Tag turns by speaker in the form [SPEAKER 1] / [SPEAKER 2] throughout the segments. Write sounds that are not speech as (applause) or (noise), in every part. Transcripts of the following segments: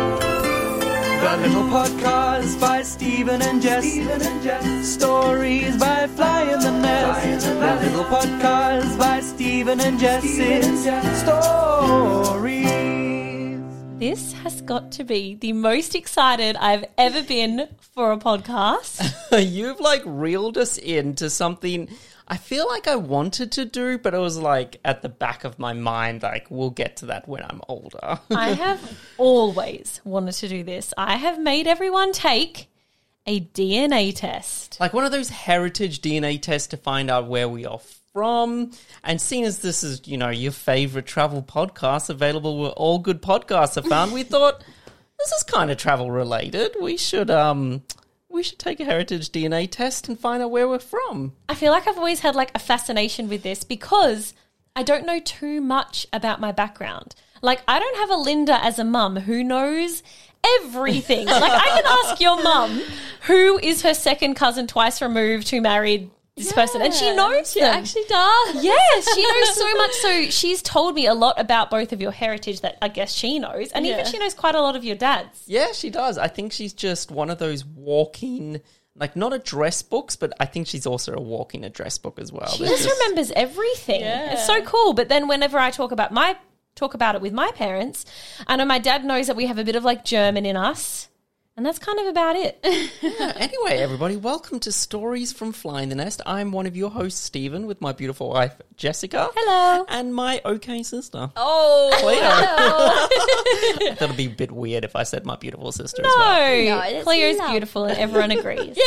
[SPEAKER 1] The little podcast by Stephen and Jess. Stories by Fly in the Nest. the, little podcast by Stephen and Jess. It's Stories.
[SPEAKER 2] This has got to be the most excited I've ever been for a podcast.
[SPEAKER 3] (laughs) You've like reeled us into something I feel like I wanted to do, but it was like at the back of my mind, like, we'll get to that when I'm older. (laughs)
[SPEAKER 2] I have always wanted to do this. I have made everyone take a DNA test.
[SPEAKER 3] like one of those heritage DNA tests to find out where we are from. And seeing as this is, you know, your favorite travel podcast available where all good podcasts are found,
[SPEAKER 2] (laughs)
[SPEAKER 3] we thought this is kind of travel related. We should, um, we should take a heritage DNA test and find out where we're from.
[SPEAKER 2] I feel like I've always had like a fascination with this because I don't know too much about my background. Like I don't have a Linda as a mum who knows
[SPEAKER 4] (laughs)
[SPEAKER 2] everything. like I can ask your mum who is her second cousin twice removed who married this person and she knows
[SPEAKER 4] She
[SPEAKER 2] them.
[SPEAKER 4] actually does.
[SPEAKER 2] Yes, she knows
[SPEAKER 4] (laughs)
[SPEAKER 2] so much. So she's told me a lot about both of your heritage that I guess she knows, and
[SPEAKER 4] Yeah.
[SPEAKER 2] even she knows quite a lot of your dad's.
[SPEAKER 3] Yeah, she does. I think she's just one of those walking, like not address books, but I think she's also a walking address book as well.
[SPEAKER 2] She just remembers everything. It's so cool. But then whenever I talk about my talk about it with my parents, I know my dad knows that we have a bit of like German in us. And that's kind of about (laughs) it.
[SPEAKER 3] Anyway, everybody, welcome to Stories from Flying the Nest. I'm one of your hosts, Stephen, with my beautiful wife, Jessica.
[SPEAKER 2] Hello.
[SPEAKER 3] And my okay sister.
[SPEAKER 2] Oh
[SPEAKER 3] (laughs) That'd be a bit weird if I said my beautiful sister as well.
[SPEAKER 4] No,
[SPEAKER 2] no.
[SPEAKER 4] that's
[SPEAKER 2] Clear is
[SPEAKER 4] love.
[SPEAKER 2] beautiful and everyone agrees.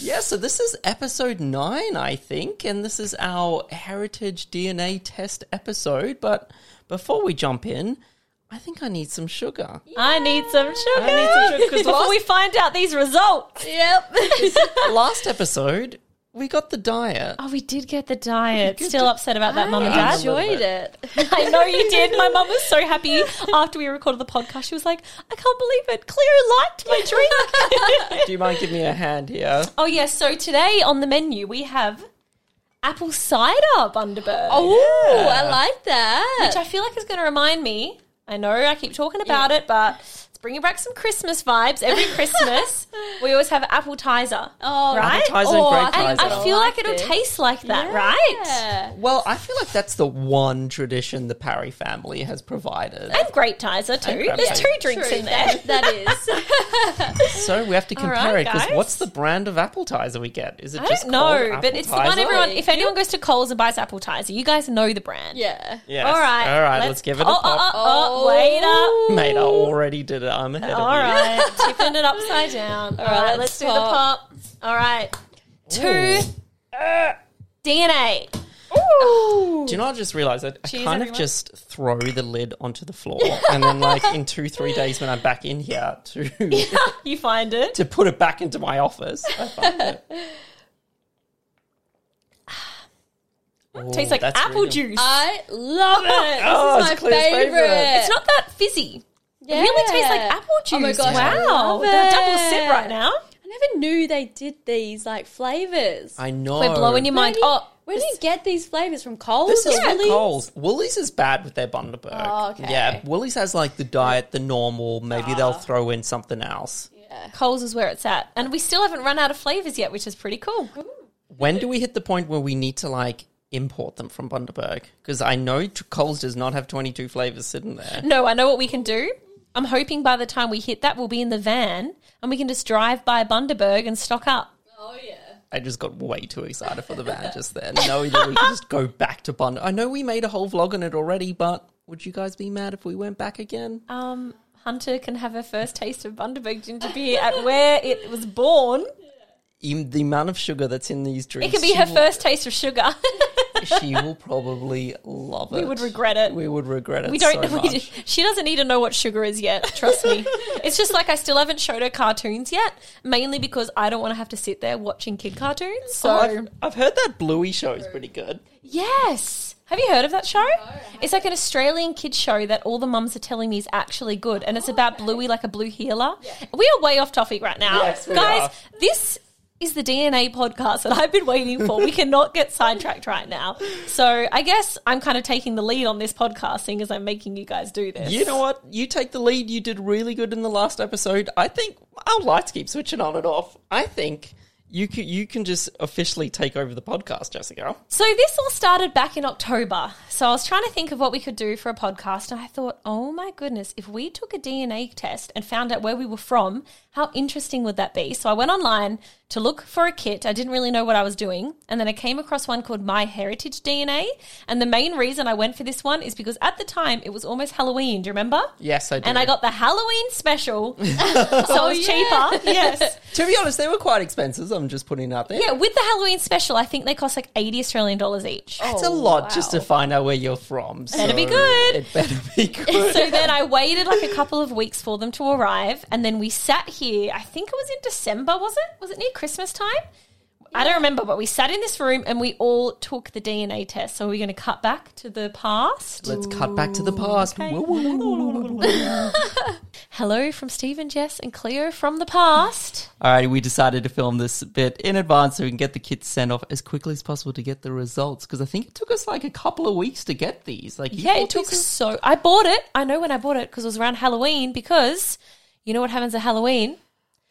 [SPEAKER 3] Yeah, so this is episode nine, I think, and this is our heritage DNA test episode. But before we jump in, I think I need some sugar.
[SPEAKER 2] I need some sugar.
[SPEAKER 3] I need some sugar, 'cause
[SPEAKER 2] (laughs) before
[SPEAKER 3] last-
[SPEAKER 2] we find out these results.
[SPEAKER 4] Yep.
[SPEAKER 3] Last episode, we got the diet.
[SPEAKER 2] Oh, we did get the diet. Still upset about that, mum and
[SPEAKER 4] I
[SPEAKER 2] dad. (laughs)
[SPEAKER 4] enjoyed it.
[SPEAKER 2] I know you did. My mum was so happy after we recorded the podcast. She was like, I can't believe it. Claire liked my drink. (laughs)
[SPEAKER 3] Do you mind giving me a hand here?
[SPEAKER 2] Oh yes, so today on the menu we have apple cider Bundaberg,
[SPEAKER 4] Oh, I like that.
[SPEAKER 2] which I feel like is going to remind me. I know I keep talking about it, but it's bringing back some Christmas vibes. Every Christmas we always have apple tizer.
[SPEAKER 4] Oh,
[SPEAKER 2] right?
[SPEAKER 3] Appetizer and
[SPEAKER 4] Oh,
[SPEAKER 3] grape
[SPEAKER 4] I-
[SPEAKER 2] And
[SPEAKER 3] tizer.
[SPEAKER 2] I feel like,
[SPEAKER 4] like
[SPEAKER 2] it'll
[SPEAKER 4] this.
[SPEAKER 2] taste like that, right?
[SPEAKER 4] Yeah.
[SPEAKER 3] Well, I feel like that's the one tradition the Parry family has provided.
[SPEAKER 2] And grape tizer too.
[SPEAKER 3] grape
[SPEAKER 2] There's
[SPEAKER 3] tizer.
[SPEAKER 2] two drinks
[SPEAKER 4] True,
[SPEAKER 2] in there.
[SPEAKER 4] that, that is.
[SPEAKER 3] So we have to compare
[SPEAKER 2] right,
[SPEAKER 3] it because
[SPEAKER 2] guys.
[SPEAKER 3] what's the brand of appetizer we get? Is it
[SPEAKER 2] I
[SPEAKER 3] just
[SPEAKER 2] don't know,
[SPEAKER 3] called
[SPEAKER 2] but it's the one
[SPEAKER 3] appetizer?
[SPEAKER 2] everyone. If anyone goes to Coles and buys apple tizer, you guys know the brand.
[SPEAKER 4] yeah.
[SPEAKER 3] Yes.
[SPEAKER 2] All right.
[SPEAKER 3] All right. Let's, give it a
[SPEAKER 2] oh,
[SPEAKER 3] pop.
[SPEAKER 2] Oh, oh, oh, wait up.
[SPEAKER 3] Mate, I already did it. I'm ahead
[SPEAKER 2] All
[SPEAKER 3] of you.
[SPEAKER 2] right, (laughs) tipping it upside down. All
[SPEAKER 4] right,
[SPEAKER 2] right, let's
[SPEAKER 4] let's
[SPEAKER 2] do the pop. All right, two DNA.
[SPEAKER 3] Do you know? I just realised I, I
[SPEAKER 2] Cheese,
[SPEAKER 3] kind of
[SPEAKER 2] everyone.
[SPEAKER 3] just throw the lid onto the floor, and then like in two, three days when I'm back in here to
[SPEAKER 2] (laughs)
[SPEAKER 3] (laughs)
[SPEAKER 2] You find it.
[SPEAKER 3] to put it back into my office. I find
[SPEAKER 2] (sighs)
[SPEAKER 3] it. Ooh,
[SPEAKER 2] Tastes like
[SPEAKER 3] Oh, that's
[SPEAKER 2] apple
[SPEAKER 3] really-
[SPEAKER 2] juice.
[SPEAKER 4] I love it.
[SPEAKER 3] Oh,
[SPEAKER 4] this is my
[SPEAKER 3] it's Claire's
[SPEAKER 4] favorite.
[SPEAKER 3] favourite.
[SPEAKER 2] it's not that fizzy. It really tastes like apple juice.
[SPEAKER 4] Oh my gosh, I
[SPEAKER 2] Wow,
[SPEAKER 4] love
[SPEAKER 2] the double sip
[SPEAKER 4] it.
[SPEAKER 2] right now.
[SPEAKER 4] I never knew they did these like flavors.
[SPEAKER 3] I know.
[SPEAKER 2] We're blowing your mind Oh.
[SPEAKER 4] Where do you-
[SPEAKER 2] up.
[SPEAKER 4] Where do you get these flavors from? Coles
[SPEAKER 3] This
[SPEAKER 4] or
[SPEAKER 3] is from
[SPEAKER 4] Woolies?
[SPEAKER 3] Coles. Woolies is bad with their Bundaberg.
[SPEAKER 4] Oh, okay.
[SPEAKER 3] Yeah, Woolies has like the diet, the normal. Maybe they'll throw in something else.
[SPEAKER 2] Coles is where it's at, and we still haven't run out of flavors yet, which is pretty cool.
[SPEAKER 3] When do we hit the point where we need to like import them from Bundaberg? Because I know t- Coles does not have twenty-two flavors sitting there.
[SPEAKER 2] No, I know what we can do. I'm hoping by the time we hit that, we'll be in the van and we can just drive by Bundaberg and stock up.
[SPEAKER 4] Oh yeah.
[SPEAKER 3] I just got way too excited for the van just then, knowing that we could just go back to Bund. I know we made a whole vlog on it already, but would you guys be mad if we went back again?
[SPEAKER 2] Um, Hunter can have her first taste of Bundaberg ginger beer at where it was born.
[SPEAKER 3] Even the amount of sugar that's in these drinks.
[SPEAKER 2] It could be her
[SPEAKER 3] she
[SPEAKER 2] first taste of sugar. (laughs)
[SPEAKER 3] will- She will probably love it.
[SPEAKER 2] we would regret it. We,
[SPEAKER 3] We would regret it.
[SPEAKER 2] don't.
[SPEAKER 3] So
[SPEAKER 2] we,
[SPEAKER 3] much.
[SPEAKER 2] (laughs) she doesn't need to know what sugar is yet. Trust me. (laughs) it's just like I still haven't showed her cartoons yet, mainly because I don't want to have to sit there watching kid cartoons. So.
[SPEAKER 3] Oh, I've, I've heard that Bluey show is pretty good.
[SPEAKER 2] Yes. Have you heard of that show? it's like an Australian kids show that all the mums are telling me is actually good, and it's about Bluey like a blue healer. We are way off topic right now,
[SPEAKER 3] Yes, we
[SPEAKER 2] guys.
[SPEAKER 3] are.
[SPEAKER 2] This is the DNA podcast that I've been waiting for. We cannot get sidetracked right now. So I guess I'm kind of taking the lead on this podcasting as I'm making you guys do this.
[SPEAKER 3] You know what? You take the lead. You did really good in the last episode. I think I would like to keep switching on and off. I think you can, you can just officially take over the podcast, Jessica.
[SPEAKER 2] So this all started back in October. So I was trying to think of what we could do for a podcast and I thought, "Oh my goodness, if we took a DNA test and found out where we were from, how interesting would that be?" So I went online to look for a kit. I didn't really know what I was doing, and then I came across one called My Heritage DNA, and the main reason I went for this one is because at the time it was almost Halloween, do you remember?
[SPEAKER 3] Yes, I do.
[SPEAKER 2] And I got the Halloween special. (laughs) so it was cheaper. Yes.
[SPEAKER 3] To be honest, they were quite expensive. I'm just putting it out there.
[SPEAKER 2] Yeah, with the Halloween special, I think they cost like 80 Australian dollars each.
[SPEAKER 3] It's a lot
[SPEAKER 4] wow.
[SPEAKER 3] just to find out where you're from.
[SPEAKER 2] Better
[SPEAKER 3] so
[SPEAKER 2] be good.
[SPEAKER 3] It better be good.
[SPEAKER 2] (laughs) so then I waited like a couple of weeks for them to arrive, and then we sat here. I think it was in December, was it? Was it near Christmas time? I don't remember, but we sat in this room and we all took the DNA test. So we're going to cut back to the past.
[SPEAKER 3] Let's cut back to the past. Woo, woo, woo, woo, woo, woo, woo.
[SPEAKER 2] Hello from Stephen, Jess, and Cleo from the past.
[SPEAKER 3] Alrighty, we decided to film this bit in advance so we can get the kids sent off as quickly as possible to get the results because I think it took us like a couple of weeks to get these. Like, you
[SPEAKER 2] Yeah, it
[SPEAKER 3] bought
[SPEAKER 2] took
[SPEAKER 3] these-
[SPEAKER 2] so. I bought it. I know when I bought it because it was around Halloween. Because you know what happens at Halloween?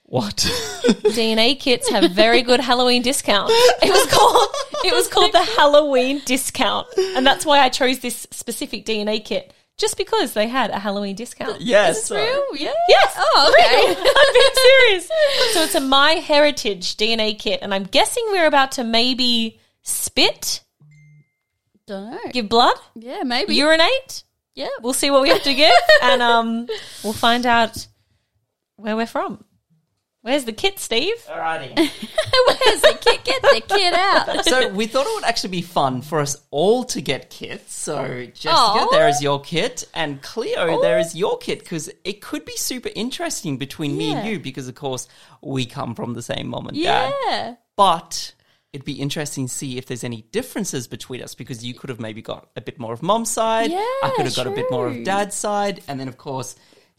[SPEAKER 3] (laughs) what?
[SPEAKER 2] (laughs) DNA kits have very good Halloween discount. It was called it was called the Halloween discount, and that's why I chose this specific DNA kit just because they had a Halloween discount.
[SPEAKER 3] yes, so-
[SPEAKER 4] True, yeah.
[SPEAKER 2] Yes.
[SPEAKER 4] Oh, okay.
[SPEAKER 2] Real. (laughs) I'm being serious. So it's a My Heritage DNA kit, and I'm guessing we're about to maybe spit,
[SPEAKER 4] Don't know.
[SPEAKER 2] give blood,
[SPEAKER 4] Yeah, maybe.
[SPEAKER 2] urinate.
[SPEAKER 4] yeah.
[SPEAKER 2] We'll see what we have to
[SPEAKER 4] (laughs)
[SPEAKER 2] give, and um, we'll find out where we're from. Where's the kit, Steve?
[SPEAKER 3] Alrighty.
[SPEAKER 4] Where's the kid? Get the kid out.
[SPEAKER 3] (laughs) so we thought it would actually be fun for us all to get kits. So Jessica,
[SPEAKER 4] Aw.
[SPEAKER 3] there is your kit, and Cleo, there is your kit because it could be super interesting between me and
[SPEAKER 4] Yeah.
[SPEAKER 3] you because, of course, we come from the same mom and dad.
[SPEAKER 4] Yeah.
[SPEAKER 3] But it'd be interesting to see if there's any differences between us because you could have maybe got a bit more of mom's side. I
[SPEAKER 4] Yeah,
[SPEAKER 3] could have got a bit more of
[SPEAKER 4] true.
[SPEAKER 3] dad's side, and then of course.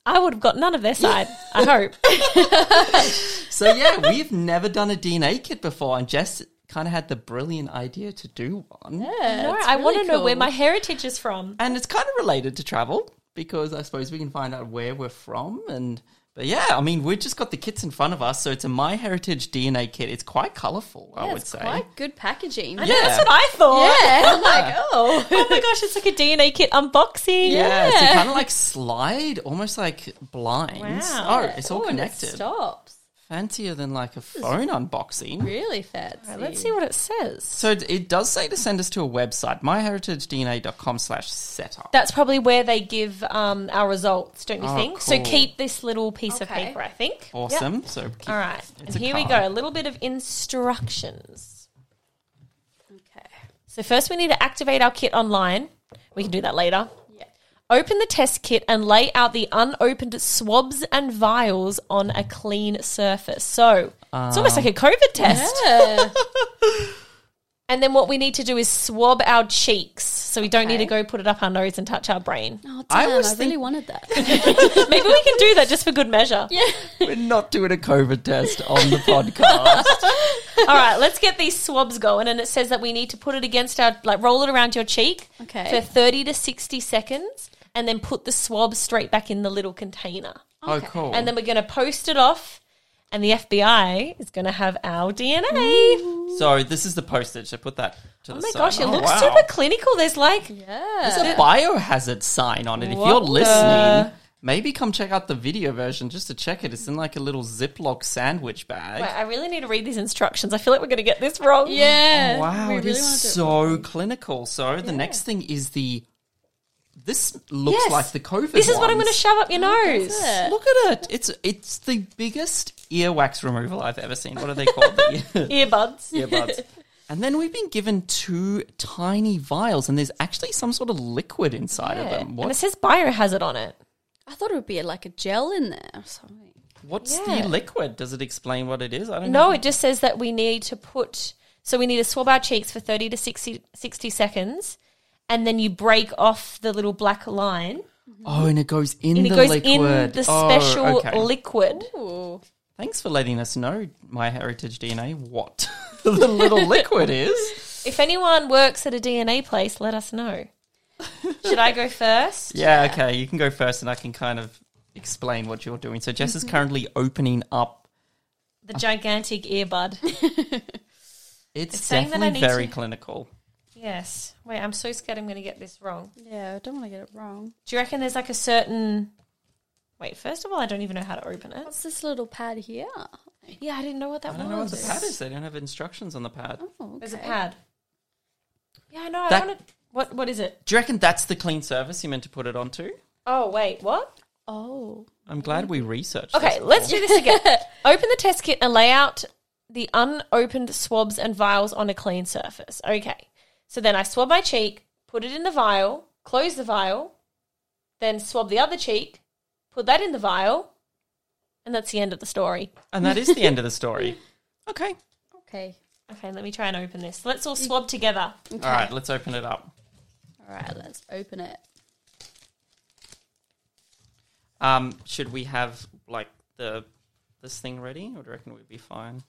[SPEAKER 2] I would have got none of their
[SPEAKER 4] (laughs)
[SPEAKER 2] side. I hope.
[SPEAKER 3] So yeah, we've never done a DNA kit before, and Jess kind of had the brilliant idea to do one.
[SPEAKER 4] Yeah,
[SPEAKER 2] No,
[SPEAKER 4] it's
[SPEAKER 2] I want to
[SPEAKER 4] really
[SPEAKER 2] know where
[SPEAKER 4] cool.
[SPEAKER 2] my heritage is from.
[SPEAKER 3] and it's kind of related to travel because I suppose we can find out where we're from and but yeah, I mean we've just got the kits in front of us, so it's a My Heritage DNA kit. It's quite colourful, I
[SPEAKER 4] Yeah,
[SPEAKER 3] would
[SPEAKER 4] it's
[SPEAKER 3] say.
[SPEAKER 4] quite good packaging.
[SPEAKER 3] Yeah.
[SPEAKER 2] That's what I thought.
[SPEAKER 4] (laughs) Yeah, I'm like, (laughs) oh.
[SPEAKER 2] (laughs) Oh my gosh, it's like a DNA kit unboxing.
[SPEAKER 3] yeah, so
[SPEAKER 4] Yeah.
[SPEAKER 3] kind of like slide, almost like blinds.
[SPEAKER 2] Wow.
[SPEAKER 3] Oh, it's all
[SPEAKER 4] Oh, and it
[SPEAKER 3] connected.
[SPEAKER 4] stops.
[SPEAKER 3] Fancier than like a phone unboxing.
[SPEAKER 4] Really fancy.
[SPEAKER 2] Let's see what it says.
[SPEAKER 3] So it- it does say to send us to a website, myheritagedna.com slash setup.
[SPEAKER 2] That's probably where they give um, our results, don't you
[SPEAKER 3] Oh,
[SPEAKER 2] think? So
[SPEAKER 3] cool.
[SPEAKER 2] keep this little piece of
[SPEAKER 4] Okay.
[SPEAKER 2] paper, I think.
[SPEAKER 3] Awesome. So keep,
[SPEAKER 2] All right.
[SPEAKER 3] It's
[SPEAKER 2] And
[SPEAKER 3] a
[SPEAKER 2] here we
[SPEAKER 3] card.
[SPEAKER 2] go. A little bit of instructions.
[SPEAKER 4] Okay.
[SPEAKER 2] So first we need to activate our kit online. We can do that later.
[SPEAKER 4] Yeah.
[SPEAKER 2] Open the test kit and lay out the unopened swabs and vials on a clean surface. So it's almost
[SPEAKER 3] Uh.
[SPEAKER 2] like a COVID test.
[SPEAKER 4] Yeah.
[SPEAKER 2] And then what we need to do is swab our cheeks so we don't need to
[SPEAKER 4] Okay.
[SPEAKER 2] go put it up our nose and touch our brain. (laughs)
[SPEAKER 4] (laughs) Oh, damn,
[SPEAKER 3] I
[SPEAKER 4] I,
[SPEAKER 3] was
[SPEAKER 4] really
[SPEAKER 3] think-
[SPEAKER 4] wanted (laughs) that.
[SPEAKER 2] Maybe we can do that just for good measure.
[SPEAKER 3] We're not doing a COVID test on the
[SPEAKER 2] (laughs)
[SPEAKER 3] podcast.
[SPEAKER 2] All right, let's get these swabs going. And it says that we need to put it against our, like, roll it around your cheek
[SPEAKER 4] Okay.
[SPEAKER 2] for 30 to 60 seconds and then put the swab straight back in the little container.
[SPEAKER 3] Oh, cool.
[SPEAKER 2] and then we're going to post it off, and the FBI is going to have our DNA.
[SPEAKER 3] So this is the postage. I put that to
[SPEAKER 2] Oh
[SPEAKER 3] the
[SPEAKER 2] my
[SPEAKER 3] side.
[SPEAKER 2] gosh, it
[SPEAKER 3] Oh,
[SPEAKER 2] looks
[SPEAKER 3] wow.
[SPEAKER 2] super clinical. There's like,
[SPEAKER 4] Yeah.
[SPEAKER 3] There's a biohazard sign on it. If you're
[SPEAKER 2] What the-
[SPEAKER 3] listening, maybe come check out the video version just to check it. It's in like a little Ziploc sandwich bag.
[SPEAKER 2] wait, I really need to read these instructions. I feel like we're going to get this wrong. (laughs)
[SPEAKER 4] Yeah.
[SPEAKER 3] Wow,
[SPEAKER 4] We
[SPEAKER 3] it
[SPEAKER 4] really
[SPEAKER 3] is
[SPEAKER 4] wanted to-
[SPEAKER 3] so clinical. So the next thing is the. This looks
[SPEAKER 2] Yes.
[SPEAKER 3] like the COVID.
[SPEAKER 2] This is what I'm going to
[SPEAKER 3] ones.
[SPEAKER 2] shove up your nose.
[SPEAKER 4] that's Oh, it.
[SPEAKER 3] Look at it. It's it's the biggest earwax removal I've ever seen. What are they called? The
[SPEAKER 2] Earbuds. (laughs)
[SPEAKER 3] ear- earbuds. And then we've been given two tiny vials, and there's actually some sort of liquid inside of
[SPEAKER 4] Yeah.
[SPEAKER 3] them.
[SPEAKER 2] And it
[SPEAKER 3] What's
[SPEAKER 2] says biohazard on it.
[SPEAKER 4] I thought it would be like a gel in there or something.
[SPEAKER 3] What's
[SPEAKER 2] Yeah.
[SPEAKER 3] the liquid? Does it explain what it is? I don't
[SPEAKER 2] No,
[SPEAKER 3] know.
[SPEAKER 2] it just says that we need to put, so we need to swab our cheeks for 30 to 60, 60 seconds, and then you break off the little black line,
[SPEAKER 3] Oh, and it goes in
[SPEAKER 2] and
[SPEAKER 3] the
[SPEAKER 2] it goes
[SPEAKER 3] liquid.
[SPEAKER 2] in the
[SPEAKER 3] Oh,
[SPEAKER 2] special
[SPEAKER 3] okay.
[SPEAKER 2] liquid.
[SPEAKER 4] Ooh.
[SPEAKER 3] Thanks for letting us know, my heritage DNA, what (laughs) the little liquid is.
[SPEAKER 2] If anyone works at a DNA place, let us know.
[SPEAKER 3] (laughs)
[SPEAKER 2] Should I go first?
[SPEAKER 3] Yeah, okay, you can go first and I can kind of explain what you're doing. So Jess is
[SPEAKER 2] Mm-hmm.
[SPEAKER 3] currently opening up.
[SPEAKER 2] The gigantic earbud.
[SPEAKER 3] It's,
[SPEAKER 2] saying that I
[SPEAKER 3] definitely
[SPEAKER 2] need
[SPEAKER 3] very
[SPEAKER 2] to-
[SPEAKER 3] clinical.
[SPEAKER 2] yes. Wait, I'm so scared I'm going to get this wrong.
[SPEAKER 4] Yeah, I don't want to get it wrong.
[SPEAKER 2] Do you reckon there's like a certain. Wait, first of all, I don't even know how to open it.
[SPEAKER 4] What's this little pad here?
[SPEAKER 2] Yeah, I didn't know what that
[SPEAKER 3] I
[SPEAKER 2] was.
[SPEAKER 3] don't know what the pad is. They don't have instructions on the pad.
[SPEAKER 4] Oh,
[SPEAKER 2] There's a
[SPEAKER 4] okay.
[SPEAKER 2] pad. Yeah, I know. I
[SPEAKER 3] That-
[SPEAKER 2] want to. What, what is it?
[SPEAKER 3] Do you reckon that's the clean service you meant to put it onto?
[SPEAKER 2] Oh, wait, what?
[SPEAKER 4] Oh,
[SPEAKER 3] I'm glad we researched.
[SPEAKER 2] Mm-hmm. Okay,
[SPEAKER 3] this
[SPEAKER 2] let's
[SPEAKER 3] before.
[SPEAKER 2] do this
[SPEAKER 4] (laughs)
[SPEAKER 2] again. Open the test kit and lay out the unopened swabs and vials on a clean surface. Okay. So then I swab my cheek, put it in the vial, close the vial, then swab the other cheek, put that in the vial, and that's the end of the story.
[SPEAKER 3] and that is the end of the
[SPEAKER 2] (laughs)
[SPEAKER 3] story. Okay.
[SPEAKER 4] okay.
[SPEAKER 2] Okay, let me try and open this. Let's all swab together.
[SPEAKER 4] Okay.
[SPEAKER 3] All right, let's open it up.
[SPEAKER 4] All right, let's open it.
[SPEAKER 3] Um, should we have like the this thing ready, or do you reckon we'd be
[SPEAKER 2] (laughs)
[SPEAKER 3] fine?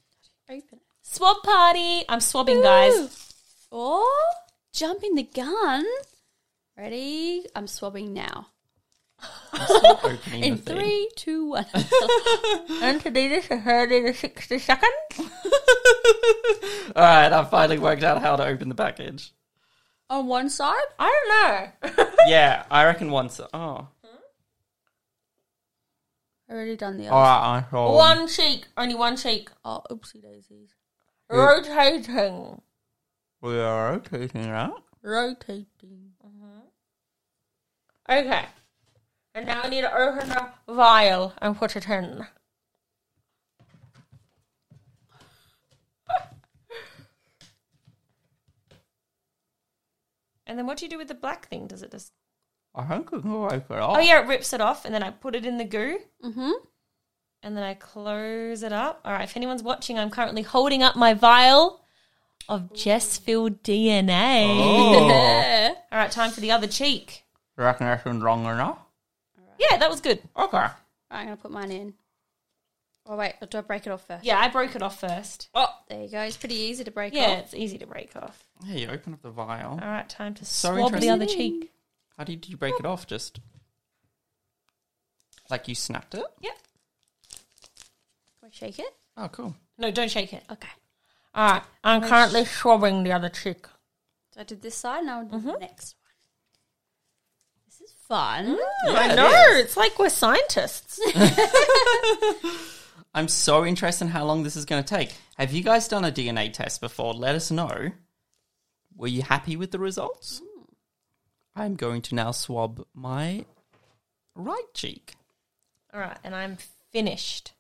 [SPEAKER 4] Open it.
[SPEAKER 2] Swab party. I'm swabbing, guys.
[SPEAKER 4] Woo! Oh, jumping the gun. Ready? I'm swabbing now.
[SPEAKER 3] Opening
[SPEAKER 4] In
[SPEAKER 3] the thing.
[SPEAKER 4] three, two, (laughs) one. and to do this, I heard in 60 seconds.
[SPEAKER 3] (laughs) All right, I finally worked out how to open the package.
[SPEAKER 4] On one side?
[SPEAKER 2] I don't know. (laughs)
[SPEAKER 3] Yeah, I reckon once. Oh,
[SPEAKER 4] I already done the
[SPEAKER 3] all
[SPEAKER 4] other.
[SPEAKER 3] right, I roll.
[SPEAKER 2] one cheek, only one cheek.
[SPEAKER 4] Oh, oopsie daisies.
[SPEAKER 2] Rotating.
[SPEAKER 3] We are rotating it out.
[SPEAKER 4] Rotating.
[SPEAKER 2] Okay. And now I need to open the vial and put it in. (laughs) and then what do you do with the black thing? Does it just.
[SPEAKER 3] I think we can open it up.
[SPEAKER 2] Oh, yeah, it rips it off, and then I put it in the goo,
[SPEAKER 4] Mm-hmm.
[SPEAKER 2] and then I close it up. All right, if anyone's watching, I'm currently holding up my vial of Jess filled DNA.
[SPEAKER 3] Oh,
[SPEAKER 4] (laughs) Yeah.
[SPEAKER 2] All right, time for the other cheek.
[SPEAKER 3] You reckon that's been long enough?
[SPEAKER 2] Yeah, that was good.
[SPEAKER 3] Okay.
[SPEAKER 4] Right, I'm going to put mine in. Oh, wait. Do I break it off first?
[SPEAKER 2] Yeah, I broke it off first.
[SPEAKER 3] Oh,
[SPEAKER 4] There you go. It's pretty easy to break
[SPEAKER 2] Yeah,
[SPEAKER 4] off.
[SPEAKER 2] it's easy to break off.
[SPEAKER 3] yeah. You open up the vial.
[SPEAKER 2] All right, time to
[SPEAKER 3] So
[SPEAKER 2] swab the
[SPEAKER 3] interesting.
[SPEAKER 2] other cheek.
[SPEAKER 3] How did you break it off? Just like you snapped it?
[SPEAKER 2] Yep.
[SPEAKER 4] Can I shake it?
[SPEAKER 3] Oh, cool.
[SPEAKER 2] No, don't shake it.
[SPEAKER 4] Okay.
[SPEAKER 2] All right, I'm currently swabbing the other cheek.
[SPEAKER 4] So I did this side, now I'll do
[SPEAKER 2] Mm-hmm.
[SPEAKER 4] the next one. This is fun.
[SPEAKER 3] Yeah,
[SPEAKER 2] I
[SPEAKER 3] it
[SPEAKER 2] know.
[SPEAKER 3] is.
[SPEAKER 2] It's like we're scientists. (laughs)
[SPEAKER 3] I'm so interested in how long this is going to take. Have you guys done a DNA test before? Let us know. Were you happy with the results? I'm going to now swab my right cheek.
[SPEAKER 2] All right, and I'm finished.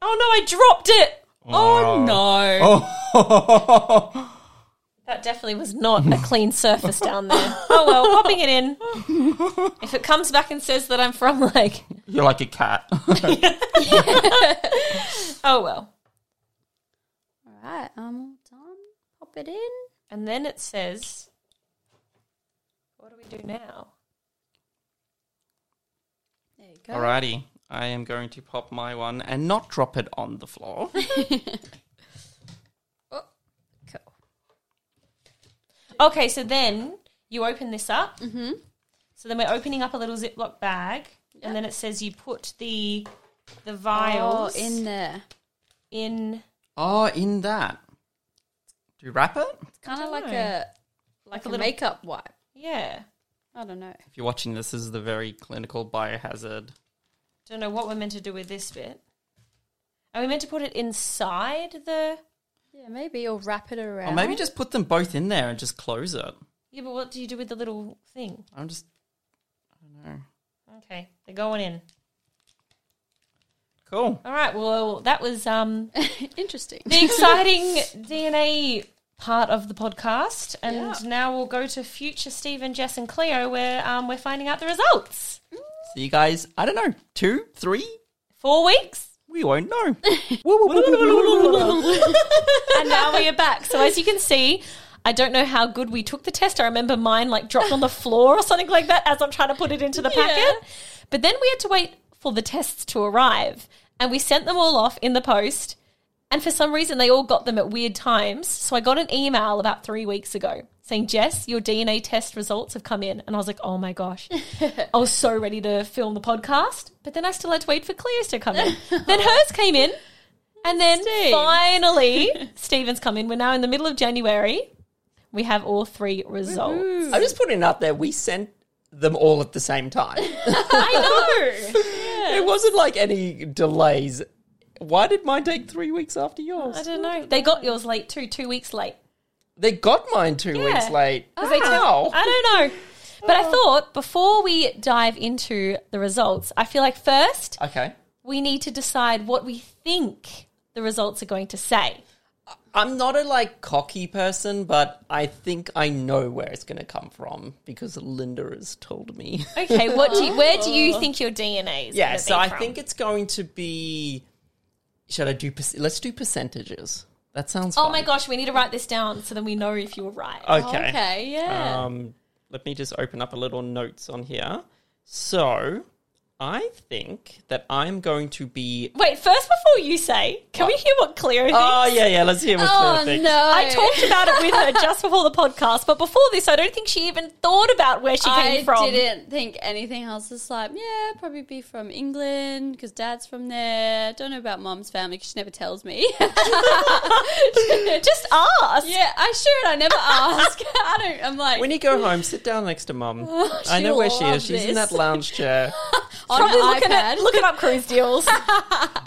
[SPEAKER 2] Oh no, I dropped it. Oh, no.
[SPEAKER 3] Oh, (laughs)
[SPEAKER 2] That definitely was not a clean surface down there. Oh well, popping it in. If it comes back and says that I'm from like,
[SPEAKER 3] you're like a cat.
[SPEAKER 2] oh well.
[SPEAKER 4] All right, I'm all done. Pop it in.
[SPEAKER 2] And then it says, what do we do now?
[SPEAKER 4] There you go.
[SPEAKER 3] Alrighty, I am going to pop my one and not drop it on the
[SPEAKER 2] (laughs)
[SPEAKER 3] floor.
[SPEAKER 4] Oh, cool.
[SPEAKER 2] Okay, so then you open this up. Mm-hmm. So then we're opening up a little Ziploc bag. And then it says you put the the
[SPEAKER 4] Oh,
[SPEAKER 2] vials
[SPEAKER 4] in there.
[SPEAKER 2] in
[SPEAKER 3] oh, in that. Do you wrap it?
[SPEAKER 4] It's kind of like
[SPEAKER 2] know.
[SPEAKER 4] a
[SPEAKER 2] Like
[SPEAKER 4] like a,
[SPEAKER 2] a little-
[SPEAKER 4] makeup wipe.
[SPEAKER 2] yeah.
[SPEAKER 4] I don't know.
[SPEAKER 3] If you're watching this, this is the very clinical biohazard.
[SPEAKER 2] Don't know what we're meant to do with this bit. Are we meant to put it inside the?
[SPEAKER 4] Yeah, maybe or wrap it around.
[SPEAKER 3] Or Oh, maybe just put them both in there and just close it.
[SPEAKER 2] Yeah, but what do you do with the little thing?
[SPEAKER 3] I'm just, I don't know.
[SPEAKER 2] Okay, they're going in.
[SPEAKER 3] Cool.
[SPEAKER 2] All right. Well, that was um
[SPEAKER 4] (laughs) interesting.
[SPEAKER 2] the exciting DNA part of the podcast, and
[SPEAKER 4] Yeah.
[SPEAKER 2] now we'll go to future Steve and Jess and Cleo, where um, we're finding out the results.
[SPEAKER 3] See you guys. I don't know. Two, three.
[SPEAKER 2] Four weeks,
[SPEAKER 3] We won't
[SPEAKER 2] (laughs)
[SPEAKER 3] know. (laughs)
[SPEAKER 2] and now we are back. So as you can see, I don't know how good we took the test. I remember mine like dropped on the floor or something like that as I'm trying to put it into the packet. But then we had to wait for the tests to arrive and we sent them all off in the post. And for some reason, they all got them at weird times. So I got an email about three weeks ago saying, Jess, your DNA test results have come in. And I was like, oh my gosh. I was so ready to film the podcast. But then I still had to wait for Cleo's to come in. then hers came in. And then
[SPEAKER 4] Steve.
[SPEAKER 2] finally, (laughs) Steven's come in. We're now in the middle of January. We have all three results.
[SPEAKER 3] I'm just putting it up there. We sent them all at the same time.
[SPEAKER 2] I know.
[SPEAKER 3] It wasn't like any delays. Why did mine take three weeks after yours?
[SPEAKER 2] I don't know. They got yours late too, two weeks late.
[SPEAKER 3] They got mine two
[SPEAKER 2] Yeah. Ah.
[SPEAKER 3] weeks late.
[SPEAKER 2] they took-
[SPEAKER 3] Wow.
[SPEAKER 2] I don't know. Oh. But I thought before we dive into the results, I feel like first
[SPEAKER 3] okay.
[SPEAKER 2] we need to decide what we think the results are going to say.
[SPEAKER 3] I'm not a like cocky person, but I think I know where it's going to come from because Linda has told
[SPEAKER 4] (laughs)
[SPEAKER 3] me.
[SPEAKER 2] Okay, what do you, where do you think your DNA is?
[SPEAKER 3] yeah,
[SPEAKER 2] gonna
[SPEAKER 3] so
[SPEAKER 2] be
[SPEAKER 3] I
[SPEAKER 2] from?
[SPEAKER 3] think it's going to be. Should I do? perc- Let's do percentages. That sounds.
[SPEAKER 2] Oh
[SPEAKER 3] fun.
[SPEAKER 2] my gosh, we need to write this down so then we know if you were right.
[SPEAKER 3] Okay.
[SPEAKER 4] Okay, yeah.
[SPEAKER 3] Um, let me just open up a little notes on here. So, I think that I'm going to be.
[SPEAKER 2] Wait, first before you say, can we hear what Cleo thinks?
[SPEAKER 3] uh, Oh yeah, yeah. Let's hear what Claire
[SPEAKER 4] oh
[SPEAKER 3] thinks.
[SPEAKER 4] no!
[SPEAKER 2] I talked about it with (laughs) her just before the podcast, but before this, I don't think she even thought about where she came
[SPEAKER 4] I
[SPEAKER 2] from.
[SPEAKER 4] didn't think anything else. Just like, yeah, probably be from England because dad's from there. Don't know about mom's family 'cause she never tells me. (laughs)
[SPEAKER 2] (laughs) Just ask.
[SPEAKER 4] yeah, I should. I
[SPEAKER 2] (laughs)
[SPEAKER 4] never ask. (laughs) I don't. I'm like,
[SPEAKER 3] When you go home, sit down next to
[SPEAKER 4] (laughs)
[SPEAKER 3] mum. I know
[SPEAKER 4] Oh, she'll
[SPEAKER 3] where she
[SPEAKER 4] love
[SPEAKER 3] is. She's in
[SPEAKER 4] this.
[SPEAKER 3] that lounge
[SPEAKER 4] (laughs)
[SPEAKER 3] chair.
[SPEAKER 4] on
[SPEAKER 2] Probably
[SPEAKER 4] an
[SPEAKER 2] looking at,
[SPEAKER 4] iPad.
[SPEAKER 2] looking up cruise deals.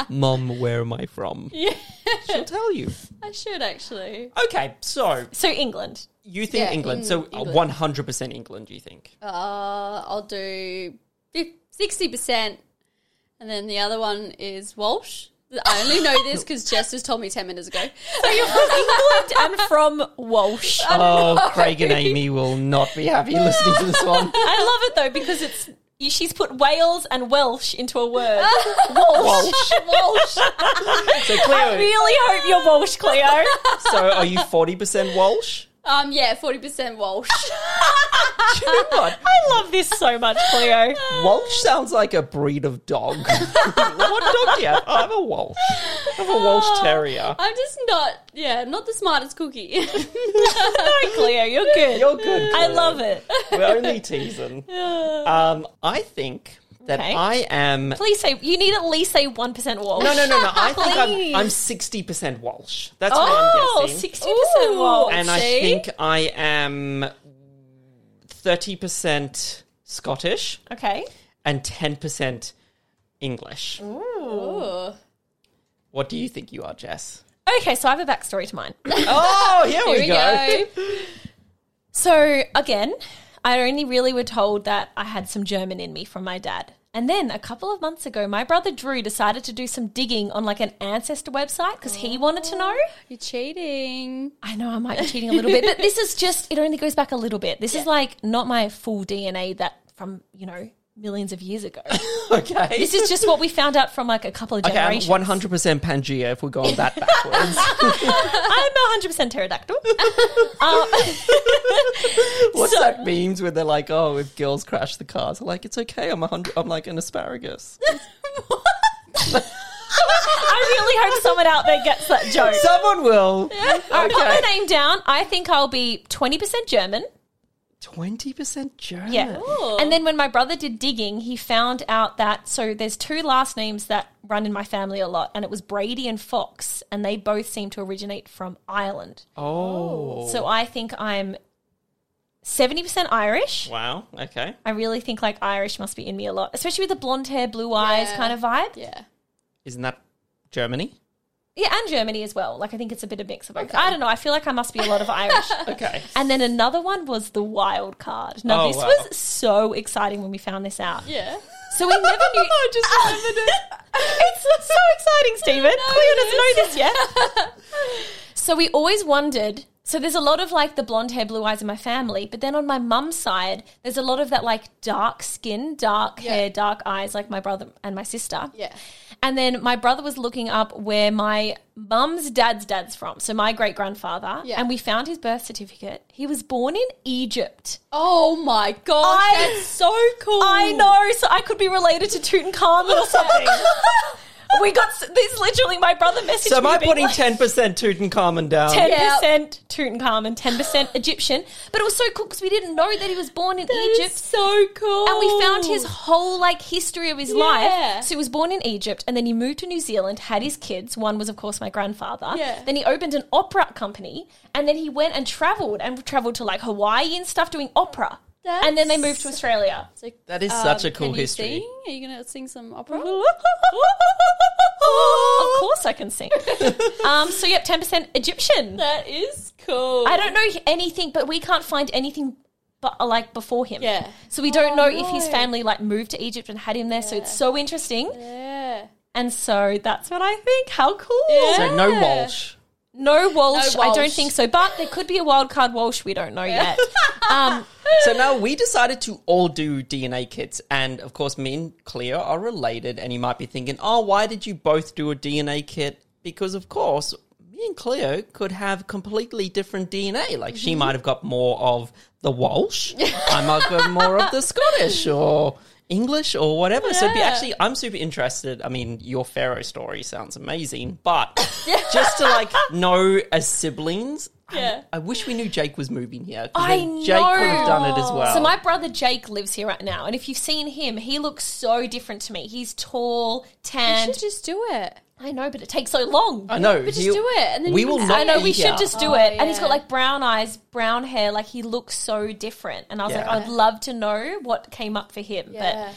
[SPEAKER 3] Mum, where am I (laughs) from?
[SPEAKER 4] Yeah,
[SPEAKER 3] She'll tell you.
[SPEAKER 4] I should actually.
[SPEAKER 3] Okay, so
[SPEAKER 2] (laughs) so England.
[SPEAKER 3] you think
[SPEAKER 4] Yeah,
[SPEAKER 3] England?
[SPEAKER 4] Eng-
[SPEAKER 3] so uh,
[SPEAKER 4] England.
[SPEAKER 3] one hundred percent England. You
[SPEAKER 2] (laughs)
[SPEAKER 3] think?
[SPEAKER 2] Oh,
[SPEAKER 4] Uh, I'll do sixty percent, and then the other one is Walsh. I only know
[SPEAKER 2] (laughs)
[SPEAKER 4] this because Jess has told me ten minutes ago.
[SPEAKER 2] So you're from England and from Walsh. (laughs) I
[SPEAKER 3] Oh, Craig and Amy will not be happy listening to
[SPEAKER 2] (laughs)
[SPEAKER 3] this one.
[SPEAKER 2] love it though because it's she's put Wales and Welsh into a word. (laughs)
[SPEAKER 3] Walsh.
[SPEAKER 2] Walsh.
[SPEAKER 3] So
[SPEAKER 2] I
[SPEAKER 3] Cleo.
[SPEAKER 2] really hope you're Walsh, Cleo. (laughs)
[SPEAKER 3] So are you forty percent Walsh?
[SPEAKER 4] Um, yeah, forty percent Walsh. (laughs)
[SPEAKER 3] Do you know what?
[SPEAKER 2] I love this so much, Cleo.
[SPEAKER 3] Walsh sounds like a breed of
[SPEAKER 2] (laughs)
[SPEAKER 3] dog. what dog do you have? I have a Walsh. I have a
[SPEAKER 2] Oh.
[SPEAKER 3] Walsh Terrier.
[SPEAKER 4] I'm just not. Yeah, not the smartest cookie. (laughs)
[SPEAKER 2] No, Cleo, you're good.
[SPEAKER 3] You're good.
[SPEAKER 2] I
[SPEAKER 3] Cleo.
[SPEAKER 2] love it.
[SPEAKER 3] We're only teasing.
[SPEAKER 2] (laughs)
[SPEAKER 3] Um, I think that
[SPEAKER 2] Okay.
[SPEAKER 3] I am.
[SPEAKER 2] Please say you need at least say one percent Walsh.
[SPEAKER 3] No, no, no, no. I think
[SPEAKER 2] Please.
[SPEAKER 3] I'm. I'm sixty percent Walsh. That's what
[SPEAKER 2] Oh,
[SPEAKER 3] I'm guessing.
[SPEAKER 2] 60%
[SPEAKER 4] Ooh.
[SPEAKER 2] Walsh.
[SPEAKER 3] And I
[SPEAKER 4] see?
[SPEAKER 3] think I am thirty percent Scottish
[SPEAKER 2] okay.
[SPEAKER 3] and ten percent English.
[SPEAKER 4] Ooh.
[SPEAKER 3] What do you think you are, Jess?
[SPEAKER 2] (laughs) Okay, so I have a backstory to mine. (clears throat)
[SPEAKER 3] Oh, here,
[SPEAKER 4] Here
[SPEAKER 3] we, go.
[SPEAKER 2] So again, I only really were told that I had some German in me from my dad. And then a couple of months ago, my brother Drew decided to do some digging on like an ancestor website because he wanted to know.
[SPEAKER 4] You're cheating.
[SPEAKER 2] I know I might be cheating a little bit, but this is just, it only goes back a little bit. This is like not my full DNA that from, you know, millions of years ago. (laughs)
[SPEAKER 3] (laughs) Okay.
[SPEAKER 2] this is just what we found out from like a couple of
[SPEAKER 3] Okay, I'm
[SPEAKER 2] generations.
[SPEAKER 3] 100% Pangea if we're going that backwards.
[SPEAKER 2] (laughs)
[SPEAKER 3] (laughs)
[SPEAKER 2] I'm 100% pterodactyl. (laughs) Uh,
[SPEAKER 3] What's that memes where they're like, oh, if girls crash the cars, I'm like, it's okay, I'm, 100, I'm like an asparagus.
[SPEAKER 2] I really hope someone out there gets that joke.
[SPEAKER 3] Someone
[SPEAKER 2] (laughs)
[SPEAKER 3] will.
[SPEAKER 2] I'll put
[SPEAKER 3] Okay.
[SPEAKER 2] my name down. I think I'll be 20% German.
[SPEAKER 3] 20% German.
[SPEAKER 2] Yeah.
[SPEAKER 3] Oh.
[SPEAKER 4] Ooh.
[SPEAKER 2] And then when my brother did digging, he found out that so there's two last names that run in my family a lot, and it was Brady and Fox, and they both seem to originate from Ireland.
[SPEAKER 3] Oh.
[SPEAKER 2] So I think I'm 70% Irish.
[SPEAKER 3] Wow. Okay.
[SPEAKER 2] I really think like Irish must be in me a lot, especially with the blonde hair, blue eyes
[SPEAKER 4] Yeah.
[SPEAKER 2] kind of vibe.
[SPEAKER 4] Yeah.
[SPEAKER 3] Isn't that Germany?
[SPEAKER 2] Yeah, and Germany as well. Like I think it's a bit of mix of both. I don't know. I feel like I must be a lot of Irish. (laughs)
[SPEAKER 3] Okay.
[SPEAKER 2] And then another one was the wild card. Now,
[SPEAKER 3] Oh,
[SPEAKER 2] this
[SPEAKER 3] wow.
[SPEAKER 2] was so exciting when we found this out.
[SPEAKER 4] Yeah.
[SPEAKER 2] So we never knew. I just remembered it. (laughs) it's so (laughs) exciting, Stephen. Cleo doesn't know this yet. so we always wondered so there's a lot of like the blonde hair, blue eyes in my family, but then on my mum's side, there's a lot of that like dark skin, dark
[SPEAKER 4] Yeah.
[SPEAKER 2] hair, dark eyes, like my brother and my sister.
[SPEAKER 4] Yeah.
[SPEAKER 2] And then my brother was looking up where my mum's dad's dad's from, so my great grandfather,
[SPEAKER 4] Yeah.
[SPEAKER 2] and we found his birth certificate. He was born in Egypt.
[SPEAKER 4] Oh my gosh,
[SPEAKER 2] I-
[SPEAKER 4] that's so cool.
[SPEAKER 2] I know, so I could be related to Tutankhamun
[SPEAKER 4] (laughs)
[SPEAKER 2] or something. we got s- this. Literally, my brother messaged
[SPEAKER 3] So am
[SPEAKER 2] me.
[SPEAKER 3] I
[SPEAKER 2] being
[SPEAKER 3] putting
[SPEAKER 2] like-
[SPEAKER 3] ten percent Tutankhamun down?
[SPEAKER 2] (laughs) ten
[SPEAKER 4] Yeah.
[SPEAKER 2] percent Tutankhamun, ten percent Egyptian. But it was so cool because we didn't know that he was born in
[SPEAKER 4] That is
[SPEAKER 2] Egypt.
[SPEAKER 4] so cool.
[SPEAKER 2] and we found his whole like history of his
[SPEAKER 4] Oh. Yeah.
[SPEAKER 2] life. So he was born in Egypt, and then he moved to New Zealand, had his kids. One was, of course, my grandfather.
[SPEAKER 4] Yeah.
[SPEAKER 2] Then he opened an opera company, and then he went and traveled and traveled to like Hawaii and stuff doing opera. and then they moved to
[SPEAKER 4] That's- (laughs)
[SPEAKER 2] Australia.
[SPEAKER 4] It's like, um,
[SPEAKER 3] That is
[SPEAKER 2] Um,
[SPEAKER 3] such a cool
[SPEAKER 4] can you
[SPEAKER 3] history.
[SPEAKER 4] sing? Are you going to sing some opera?
[SPEAKER 2] Of course, I can sing. (laughs) um, so yep, ten percent Egyptian.
[SPEAKER 4] That is cool.
[SPEAKER 2] I don't know anything, but we can't find anything but like before him.
[SPEAKER 4] Yeah. Oh,
[SPEAKER 2] So we don't know if his
[SPEAKER 4] no.
[SPEAKER 2] family like moved to Egypt and had him there. So it's so interesting.
[SPEAKER 4] Yeah.
[SPEAKER 2] And so that's what I think. How cool.
[SPEAKER 4] Yeah.
[SPEAKER 3] So no Walsh.
[SPEAKER 2] No, Walsh,
[SPEAKER 4] No
[SPEAKER 2] I don't
[SPEAKER 4] Walsh.
[SPEAKER 2] think so. But there could be a wild card Walsh. We don't know yet. Um,
[SPEAKER 3] So now we decided to all do DNA kits, and of course, me and Cleo are related. And you might be thinking, "Oh, why did you both do a DNA kit?" Because of course, me and Cleo could have completely different DNA. Like
[SPEAKER 4] Mm-hmm.
[SPEAKER 3] she might have got more of the Welsh,
[SPEAKER 4] (laughs)
[SPEAKER 3] I might got more of the Scottish, or English, or whatever. So it'd be
[SPEAKER 4] Yeah.
[SPEAKER 3] actually, I'm super interested. I mean, your Pharaoh story sounds amazing,
[SPEAKER 4] (laughs)
[SPEAKER 3] but just to like know as siblings. I-
[SPEAKER 4] Yeah.
[SPEAKER 3] I, wish we knew Jake was moving here.
[SPEAKER 2] I
[SPEAKER 3] Then Jake could have done it as
[SPEAKER 2] know.
[SPEAKER 3] well.
[SPEAKER 2] So my brother Jake lives here right now, and if you've seen him, he looks so different to me. He's tall,
[SPEAKER 4] You
[SPEAKER 2] tanned.
[SPEAKER 4] should just do it.
[SPEAKER 2] I know, but it takes so long.
[SPEAKER 3] I know.
[SPEAKER 4] But just
[SPEAKER 3] he-
[SPEAKER 4] do it. And then
[SPEAKER 3] we
[SPEAKER 4] you
[SPEAKER 3] will
[SPEAKER 4] can
[SPEAKER 3] not.
[SPEAKER 2] I know
[SPEAKER 3] be
[SPEAKER 2] we
[SPEAKER 3] here.
[SPEAKER 2] should just do
[SPEAKER 4] Oh,
[SPEAKER 2] it. And he's got
[SPEAKER 4] yeah.
[SPEAKER 2] like brown eyes, brown hair. Like he looks so different. And I was
[SPEAKER 3] Yeah.
[SPEAKER 2] like, I'd love to know what came up for him.
[SPEAKER 4] Yeah.
[SPEAKER 2] But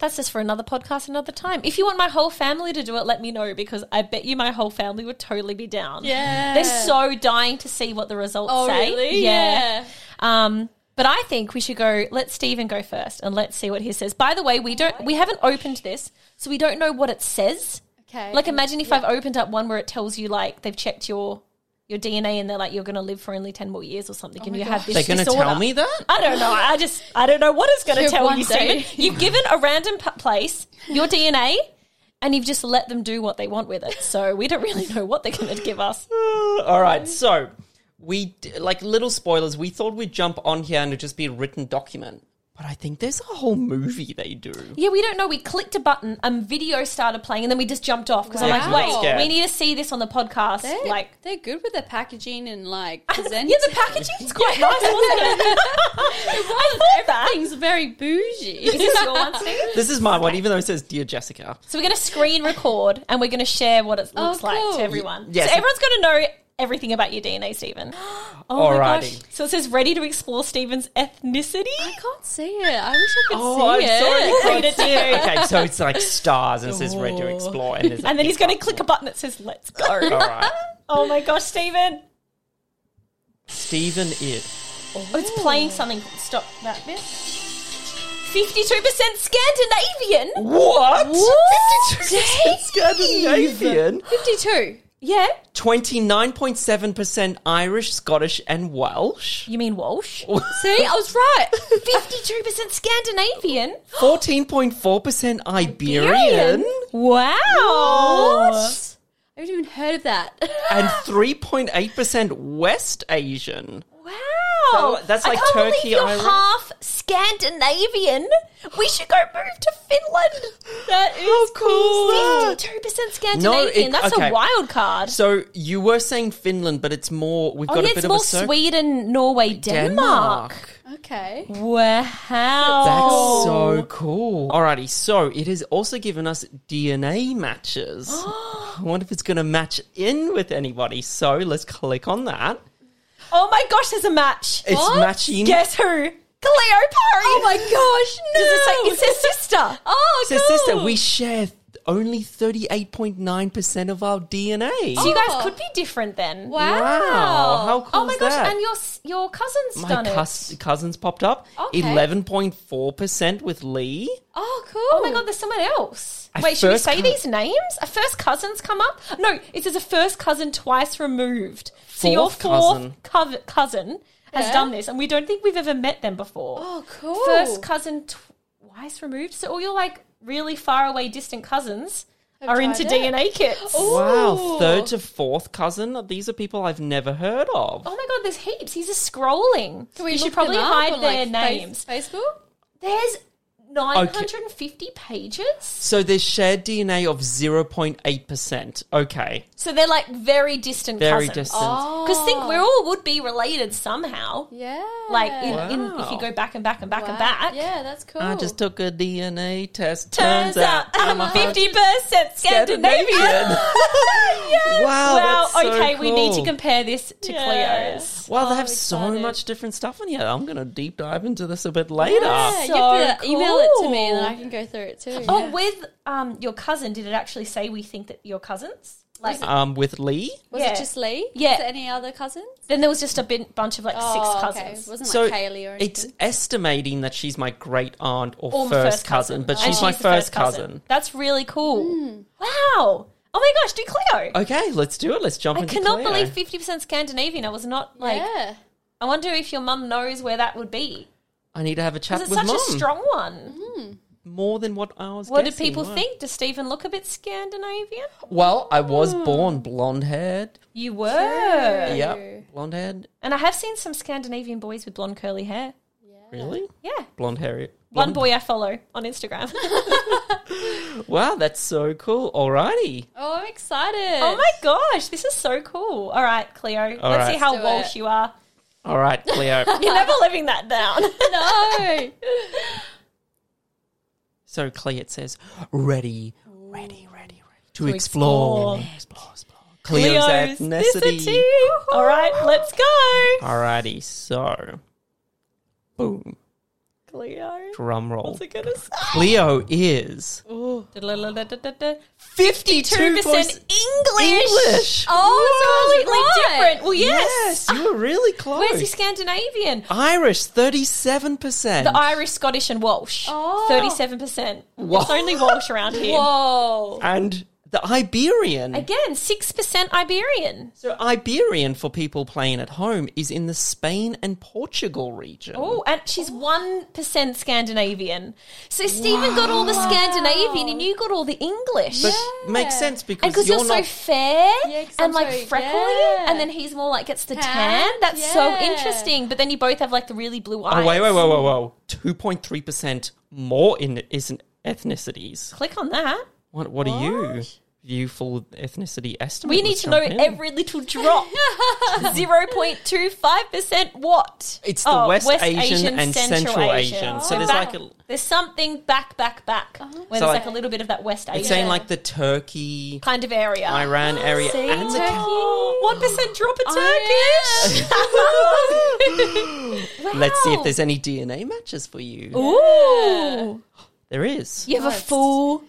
[SPEAKER 2] that's just for another podcast, another time. If you want my whole family to do it, let me know because I bet you my whole family would totally be down.
[SPEAKER 4] Yeah.
[SPEAKER 2] They're so dying to see what the results
[SPEAKER 4] Oh,
[SPEAKER 2] say.
[SPEAKER 4] really? Yeah.
[SPEAKER 2] Um, but I think we should go. Let Stephen go first, and let's see what he says. By the way, we don't. We haven't opened this, so we don't know what it says.
[SPEAKER 4] Okay.
[SPEAKER 2] Like, imagine if I've opened up one where it tells you like they've checked your your DNA and they're like you're going to live for only ten more years or
[SPEAKER 4] Oh
[SPEAKER 2] something, and you have this.
[SPEAKER 3] They're going to
[SPEAKER 2] disorder.
[SPEAKER 3] tell me that?
[SPEAKER 2] I don't know. I just I don't know what it's going to
[SPEAKER 4] Sure,
[SPEAKER 2] tell
[SPEAKER 4] one
[SPEAKER 2] you,
[SPEAKER 4] day.
[SPEAKER 2] Stephen.
[SPEAKER 4] (laughs)
[SPEAKER 2] You've given a random p- place your DNA, and you've just let them do what they want with it. So we don't really know what they're going to give us.
[SPEAKER 3] All right. So we d- like little spoilers. We thought we'd jump on here and it'd just be a written document, but I think there's a whole movie they do.
[SPEAKER 2] Yeah, we don't know. We clicked a button, and video started playing, and then we just jumped off because I'm
[SPEAKER 4] Wow.
[SPEAKER 2] like, wait,
[SPEAKER 3] Yeah.
[SPEAKER 2] we need to see this on the podcast.
[SPEAKER 4] They're,
[SPEAKER 2] like,
[SPEAKER 4] like they're good with the packaging
[SPEAKER 2] (laughs)
[SPEAKER 4] and like
[SPEAKER 2] yeah,
[SPEAKER 4] presenting.
[SPEAKER 2] the packaging's quite nice, wasn't (laughs) it? I thought that.
[SPEAKER 4] Everything's very bougie.
[SPEAKER 2] Is (laughs)
[SPEAKER 4] (laughs)
[SPEAKER 2] this your one, Steve?
[SPEAKER 3] This is my one, even though it says Dear Jessica.
[SPEAKER 2] So we're going to screen record and we're going to share what it looks like
[SPEAKER 4] cool.
[SPEAKER 2] to everyone.
[SPEAKER 3] Yes.
[SPEAKER 2] So everyone's going to know everything about your
[SPEAKER 3] (gasps)
[SPEAKER 2] DNA, Stephen.
[SPEAKER 3] Oh
[SPEAKER 2] my
[SPEAKER 3] Alrighty.
[SPEAKER 2] So it says ready to explore Stephen's ethnicity.
[SPEAKER 4] I can't see it. I wish I could
[SPEAKER 3] Oh,
[SPEAKER 4] see
[SPEAKER 3] I'm
[SPEAKER 4] it.
[SPEAKER 3] sorry. you
[SPEAKER 2] Read
[SPEAKER 3] can't
[SPEAKER 2] it to
[SPEAKER 3] see
[SPEAKER 2] you. (laughs)
[SPEAKER 3] it. Okay, so it's like stars and it says Red to Explore. And, there's a
[SPEAKER 2] And then he's
[SPEAKER 3] peacock.
[SPEAKER 2] going to click a button that says let's
[SPEAKER 3] All
[SPEAKER 2] (laughs) go.
[SPEAKER 3] right.
[SPEAKER 2] oh my gosh, Stephen.
[SPEAKER 3] Stephen It.
[SPEAKER 2] Oh, it's playing something. Stop that bit. 52% Scandinavian?
[SPEAKER 3] What?
[SPEAKER 2] What?
[SPEAKER 3] 52% Scandinavian.
[SPEAKER 4] 52.
[SPEAKER 2] Yeah.
[SPEAKER 3] 29.7% Irish, Scottish, and Welsh.
[SPEAKER 2] You mean Walsh?
[SPEAKER 3] Oh.
[SPEAKER 4] See, I was right.
[SPEAKER 2] 52% Scandinavian?
[SPEAKER 3] Fourteen point four percent Iberian
[SPEAKER 2] Iberian? Wow.
[SPEAKER 4] I haven't even heard of that.
[SPEAKER 3] and three point eight percent West Asian.
[SPEAKER 2] Wow.
[SPEAKER 3] So that's like
[SPEAKER 2] I can't believe
[SPEAKER 3] Turkey,
[SPEAKER 2] you're
[SPEAKER 3] Ireland.
[SPEAKER 2] half Scandinavian. We should go move to Finland.
[SPEAKER 4] that is cool.
[SPEAKER 2] Fifty-two percent Scandinavian.
[SPEAKER 3] No, it-
[SPEAKER 2] that's
[SPEAKER 3] okay.
[SPEAKER 2] a wild card.
[SPEAKER 3] So you were saying Finland, but it's more we've
[SPEAKER 2] Oh
[SPEAKER 3] got
[SPEAKER 2] yeah,
[SPEAKER 3] a bit
[SPEAKER 2] it's
[SPEAKER 3] of a
[SPEAKER 2] more
[SPEAKER 3] circ-
[SPEAKER 2] Sweden, Norway, Denmark.
[SPEAKER 4] (laughs) Okay.
[SPEAKER 3] That's
[SPEAKER 2] Wow.
[SPEAKER 3] so cool. Alrighty, so it has also given us DNA
[SPEAKER 2] (gasps)
[SPEAKER 3] matches. I wonder if it's going to match in with anybody. So let's click on that.
[SPEAKER 2] (gasps) oh my gosh, there's a match.
[SPEAKER 3] It's
[SPEAKER 4] What?
[SPEAKER 3] matching.
[SPEAKER 2] Guess who? Cleo Parry. Oh
[SPEAKER 4] my gosh,
[SPEAKER 3] Oh
[SPEAKER 2] (laughs) Does it say, it's her sister.
[SPEAKER 3] (laughs)
[SPEAKER 4] Oh,
[SPEAKER 3] Says sister, we share. only 38.9% of our DNA.
[SPEAKER 2] So you
[SPEAKER 4] Oh.
[SPEAKER 2] guys could be different then.
[SPEAKER 4] Wow.
[SPEAKER 3] Wow, how cool
[SPEAKER 2] Oh my
[SPEAKER 3] is
[SPEAKER 2] gosh,
[SPEAKER 3] that?
[SPEAKER 2] and your s- your cousin's
[SPEAKER 3] My
[SPEAKER 2] done
[SPEAKER 3] cous-
[SPEAKER 2] it.
[SPEAKER 3] cousins popped up.
[SPEAKER 4] Okay.
[SPEAKER 3] 11.4% with Lee.
[SPEAKER 4] Oh, cool.
[SPEAKER 2] Oh my god, there's someone else.
[SPEAKER 3] A
[SPEAKER 2] Wait, should we
[SPEAKER 3] first
[SPEAKER 2] say
[SPEAKER 3] cou-
[SPEAKER 2] these names? A first cousin's come up? No, it says a first cousin twice removed. so your
[SPEAKER 3] Fourth
[SPEAKER 2] fourth cousin, cousin has
[SPEAKER 4] Yeah.
[SPEAKER 2] done this, and we don't think we've ever met them before.
[SPEAKER 4] Oh, cool.
[SPEAKER 2] First cousin twice removed. So all your like really far away distant cousins are into
[SPEAKER 4] tried it. Oh.
[SPEAKER 2] DNA kits.
[SPEAKER 3] Wow,
[SPEAKER 4] Ooh.
[SPEAKER 3] third to fourth cousin. These are people I've never heard of.
[SPEAKER 2] Oh my god, there's heaps. He's just scrolling.
[SPEAKER 4] Can we
[SPEAKER 2] you
[SPEAKER 4] look
[SPEAKER 2] should probably
[SPEAKER 4] them up
[SPEAKER 2] hide
[SPEAKER 4] on,
[SPEAKER 2] their
[SPEAKER 4] like,
[SPEAKER 2] names.
[SPEAKER 4] Face- Facebook?
[SPEAKER 2] There's 950 pages.
[SPEAKER 3] So there's shared DNA of 0.8%. Okay,
[SPEAKER 2] So they're like very distant
[SPEAKER 3] very
[SPEAKER 2] cousins.
[SPEAKER 3] distant.
[SPEAKER 2] Because think we all would be related somehow.
[SPEAKER 4] Oh. Yeah.
[SPEAKER 2] Like in, in, if
[SPEAKER 3] Wow.
[SPEAKER 2] you go back and back and back
[SPEAKER 4] Wow.
[SPEAKER 2] and back.
[SPEAKER 4] Yeah, that's cool.
[SPEAKER 3] I just took a DNA test.
[SPEAKER 2] Oh. Turns out (laughs) I'm 50% Scandinavian.
[SPEAKER 3] Scandinavian.
[SPEAKER 2] (laughs) Yes.
[SPEAKER 3] Wow,
[SPEAKER 2] Wow,
[SPEAKER 3] that's so
[SPEAKER 2] okay, we need to
[SPEAKER 3] cool.
[SPEAKER 2] compare this to
[SPEAKER 4] Yeah.
[SPEAKER 2] Cleo's.
[SPEAKER 3] Wow, they have so
[SPEAKER 4] excited.
[SPEAKER 3] much different stuff in here. I'm going to deep dive into this a bit later.
[SPEAKER 4] yeah,
[SPEAKER 2] So
[SPEAKER 4] you have to email it to me and then
[SPEAKER 2] cool.
[SPEAKER 4] I can go through it too.
[SPEAKER 2] Oh, with um, your cousin, did it actually say we think that your cousins? Like,
[SPEAKER 3] Um, with Lee.
[SPEAKER 4] was
[SPEAKER 2] yeah.
[SPEAKER 4] it just Lee?
[SPEAKER 2] Yeah.
[SPEAKER 4] Was there any other cousins?
[SPEAKER 2] then there was just a bin- bunch of like
[SPEAKER 4] Oh,
[SPEAKER 2] six
[SPEAKER 4] okay.
[SPEAKER 2] cousins.
[SPEAKER 4] It wasn't
[SPEAKER 3] So
[SPEAKER 4] like Kaylee or anything.
[SPEAKER 3] it's estimating that she's my great aunt or,
[SPEAKER 2] Or my
[SPEAKER 3] first, cousin, but
[SPEAKER 2] And
[SPEAKER 3] she's my
[SPEAKER 2] the
[SPEAKER 3] first cousin.
[SPEAKER 2] That's really cool.
[SPEAKER 4] Hmm.
[SPEAKER 2] Wow. Oh my gosh, do Cleo.
[SPEAKER 3] Okay, let's do it. Let's jump
[SPEAKER 2] I
[SPEAKER 3] into
[SPEAKER 2] cannot
[SPEAKER 3] Cleo.
[SPEAKER 2] believe 50% Scandinavian. I was not like,
[SPEAKER 4] yeah.
[SPEAKER 2] I wonder if your mum knows where that would be.
[SPEAKER 3] I need to have a chat
[SPEAKER 2] Because
[SPEAKER 3] with
[SPEAKER 2] it's such
[SPEAKER 3] mum.
[SPEAKER 2] a strong one.
[SPEAKER 3] More than what I was.
[SPEAKER 2] What do
[SPEAKER 3] guessing.
[SPEAKER 2] people
[SPEAKER 3] Wow.
[SPEAKER 2] think? Does Stephen look a bit Scandinavian?
[SPEAKER 3] Well, I was
[SPEAKER 2] Hmm.
[SPEAKER 3] born blonde haired.
[SPEAKER 2] You were.
[SPEAKER 3] Yeah, blonde haired.
[SPEAKER 2] And I have seen some Scandinavian boys with blonde curly hair.
[SPEAKER 3] Really?
[SPEAKER 2] Yeah.
[SPEAKER 3] Blonde hair.
[SPEAKER 2] One boy I follow on
[SPEAKER 4] (laughs)
[SPEAKER 2] Instagram.
[SPEAKER 3] Wow, that's so cool. Alrighty.
[SPEAKER 4] Oh, I'm excited.
[SPEAKER 2] oh my gosh, this is so cool. All right, Cleo,
[SPEAKER 3] All
[SPEAKER 2] let's
[SPEAKER 3] right.
[SPEAKER 2] see how
[SPEAKER 4] Let's do
[SPEAKER 2] Walsh
[SPEAKER 4] it.
[SPEAKER 2] you are.
[SPEAKER 3] All right,
[SPEAKER 2] (laughs)
[SPEAKER 3] Cleo.
[SPEAKER 2] You're
[SPEAKER 4] (laughs)
[SPEAKER 2] never living that down.
[SPEAKER 4] no.
[SPEAKER 3] so Cleo it says, ready, ready, ready, ready to, explore. Explore, explore. (laughs) Cleo's, ethnicity.
[SPEAKER 2] All right, let's go.
[SPEAKER 3] Alrighty, so boom.
[SPEAKER 2] Cleo.
[SPEAKER 3] Drum roll.
[SPEAKER 2] What's it gonna say?
[SPEAKER 3] Cleo is
[SPEAKER 2] Fifty-two percent English.
[SPEAKER 3] English.
[SPEAKER 2] Oh, it's completely
[SPEAKER 4] right.
[SPEAKER 2] different. Well, yes.
[SPEAKER 3] Yes, you were really close.
[SPEAKER 2] (laughs) Where's he Scandinavian?
[SPEAKER 3] Irish, thirty-seven percent.
[SPEAKER 2] The Irish, Scottish, and Welsh.
[SPEAKER 4] Oh.
[SPEAKER 2] Thirty-seven percent. It's only Welsh around here.
[SPEAKER 4] Whoa.
[SPEAKER 3] and the Iberian.
[SPEAKER 2] Again, six percent Iberian.
[SPEAKER 3] So Iberian for people playing at home is in the Spain and Portugal region.
[SPEAKER 2] Oh, and she's one percent Scandinavian. So Stephen got all the Scandinavian, and you got all the English.
[SPEAKER 3] but makes sense
[SPEAKER 2] And
[SPEAKER 3] because
[SPEAKER 2] because
[SPEAKER 3] you're,
[SPEAKER 2] you're, so
[SPEAKER 3] not.
[SPEAKER 2] fair
[SPEAKER 4] Yeah, 'cause I'm
[SPEAKER 2] and like
[SPEAKER 4] so-
[SPEAKER 2] freckly,
[SPEAKER 4] yeah.
[SPEAKER 2] and then he's more like gets the tan.
[SPEAKER 4] Tan,
[SPEAKER 2] That's so
[SPEAKER 4] yeah.
[SPEAKER 2] interesting. But then you both have like the really blue eyes.
[SPEAKER 3] oh wait, wait, wait, wait, wait. Two point three percent more in isn't ethnicities.
[SPEAKER 2] Click on that.
[SPEAKER 3] What? What are you? You full ethnicity estimate.
[SPEAKER 2] We need
[SPEAKER 3] Let's
[SPEAKER 2] to know
[SPEAKER 3] jump in.
[SPEAKER 2] every
[SPEAKER 3] (laughs)
[SPEAKER 2] little drop. Zero point two five percent. What? Oh,
[SPEAKER 3] It's the West Asian and Central Asian. So there's
[SPEAKER 2] back-
[SPEAKER 3] like a- Uh-huh.
[SPEAKER 2] there's something back, back, back. Where
[SPEAKER 3] So
[SPEAKER 2] there's
[SPEAKER 3] like-
[SPEAKER 2] like a little bit of that West Asian
[SPEAKER 3] It's saying like the Turkey,
[SPEAKER 2] kind of area.
[SPEAKER 3] Iran area,
[SPEAKER 2] Ah, See,
[SPEAKER 3] and the.
[SPEAKER 2] Turkey. One percent drop in
[SPEAKER 3] Oh,
[SPEAKER 2] Turkish. (laughs)
[SPEAKER 3] Let's see
[SPEAKER 2] Wow.
[SPEAKER 3] if there's any DNA matches for you.
[SPEAKER 2] Ooh,
[SPEAKER 3] There is.
[SPEAKER 2] you have a full.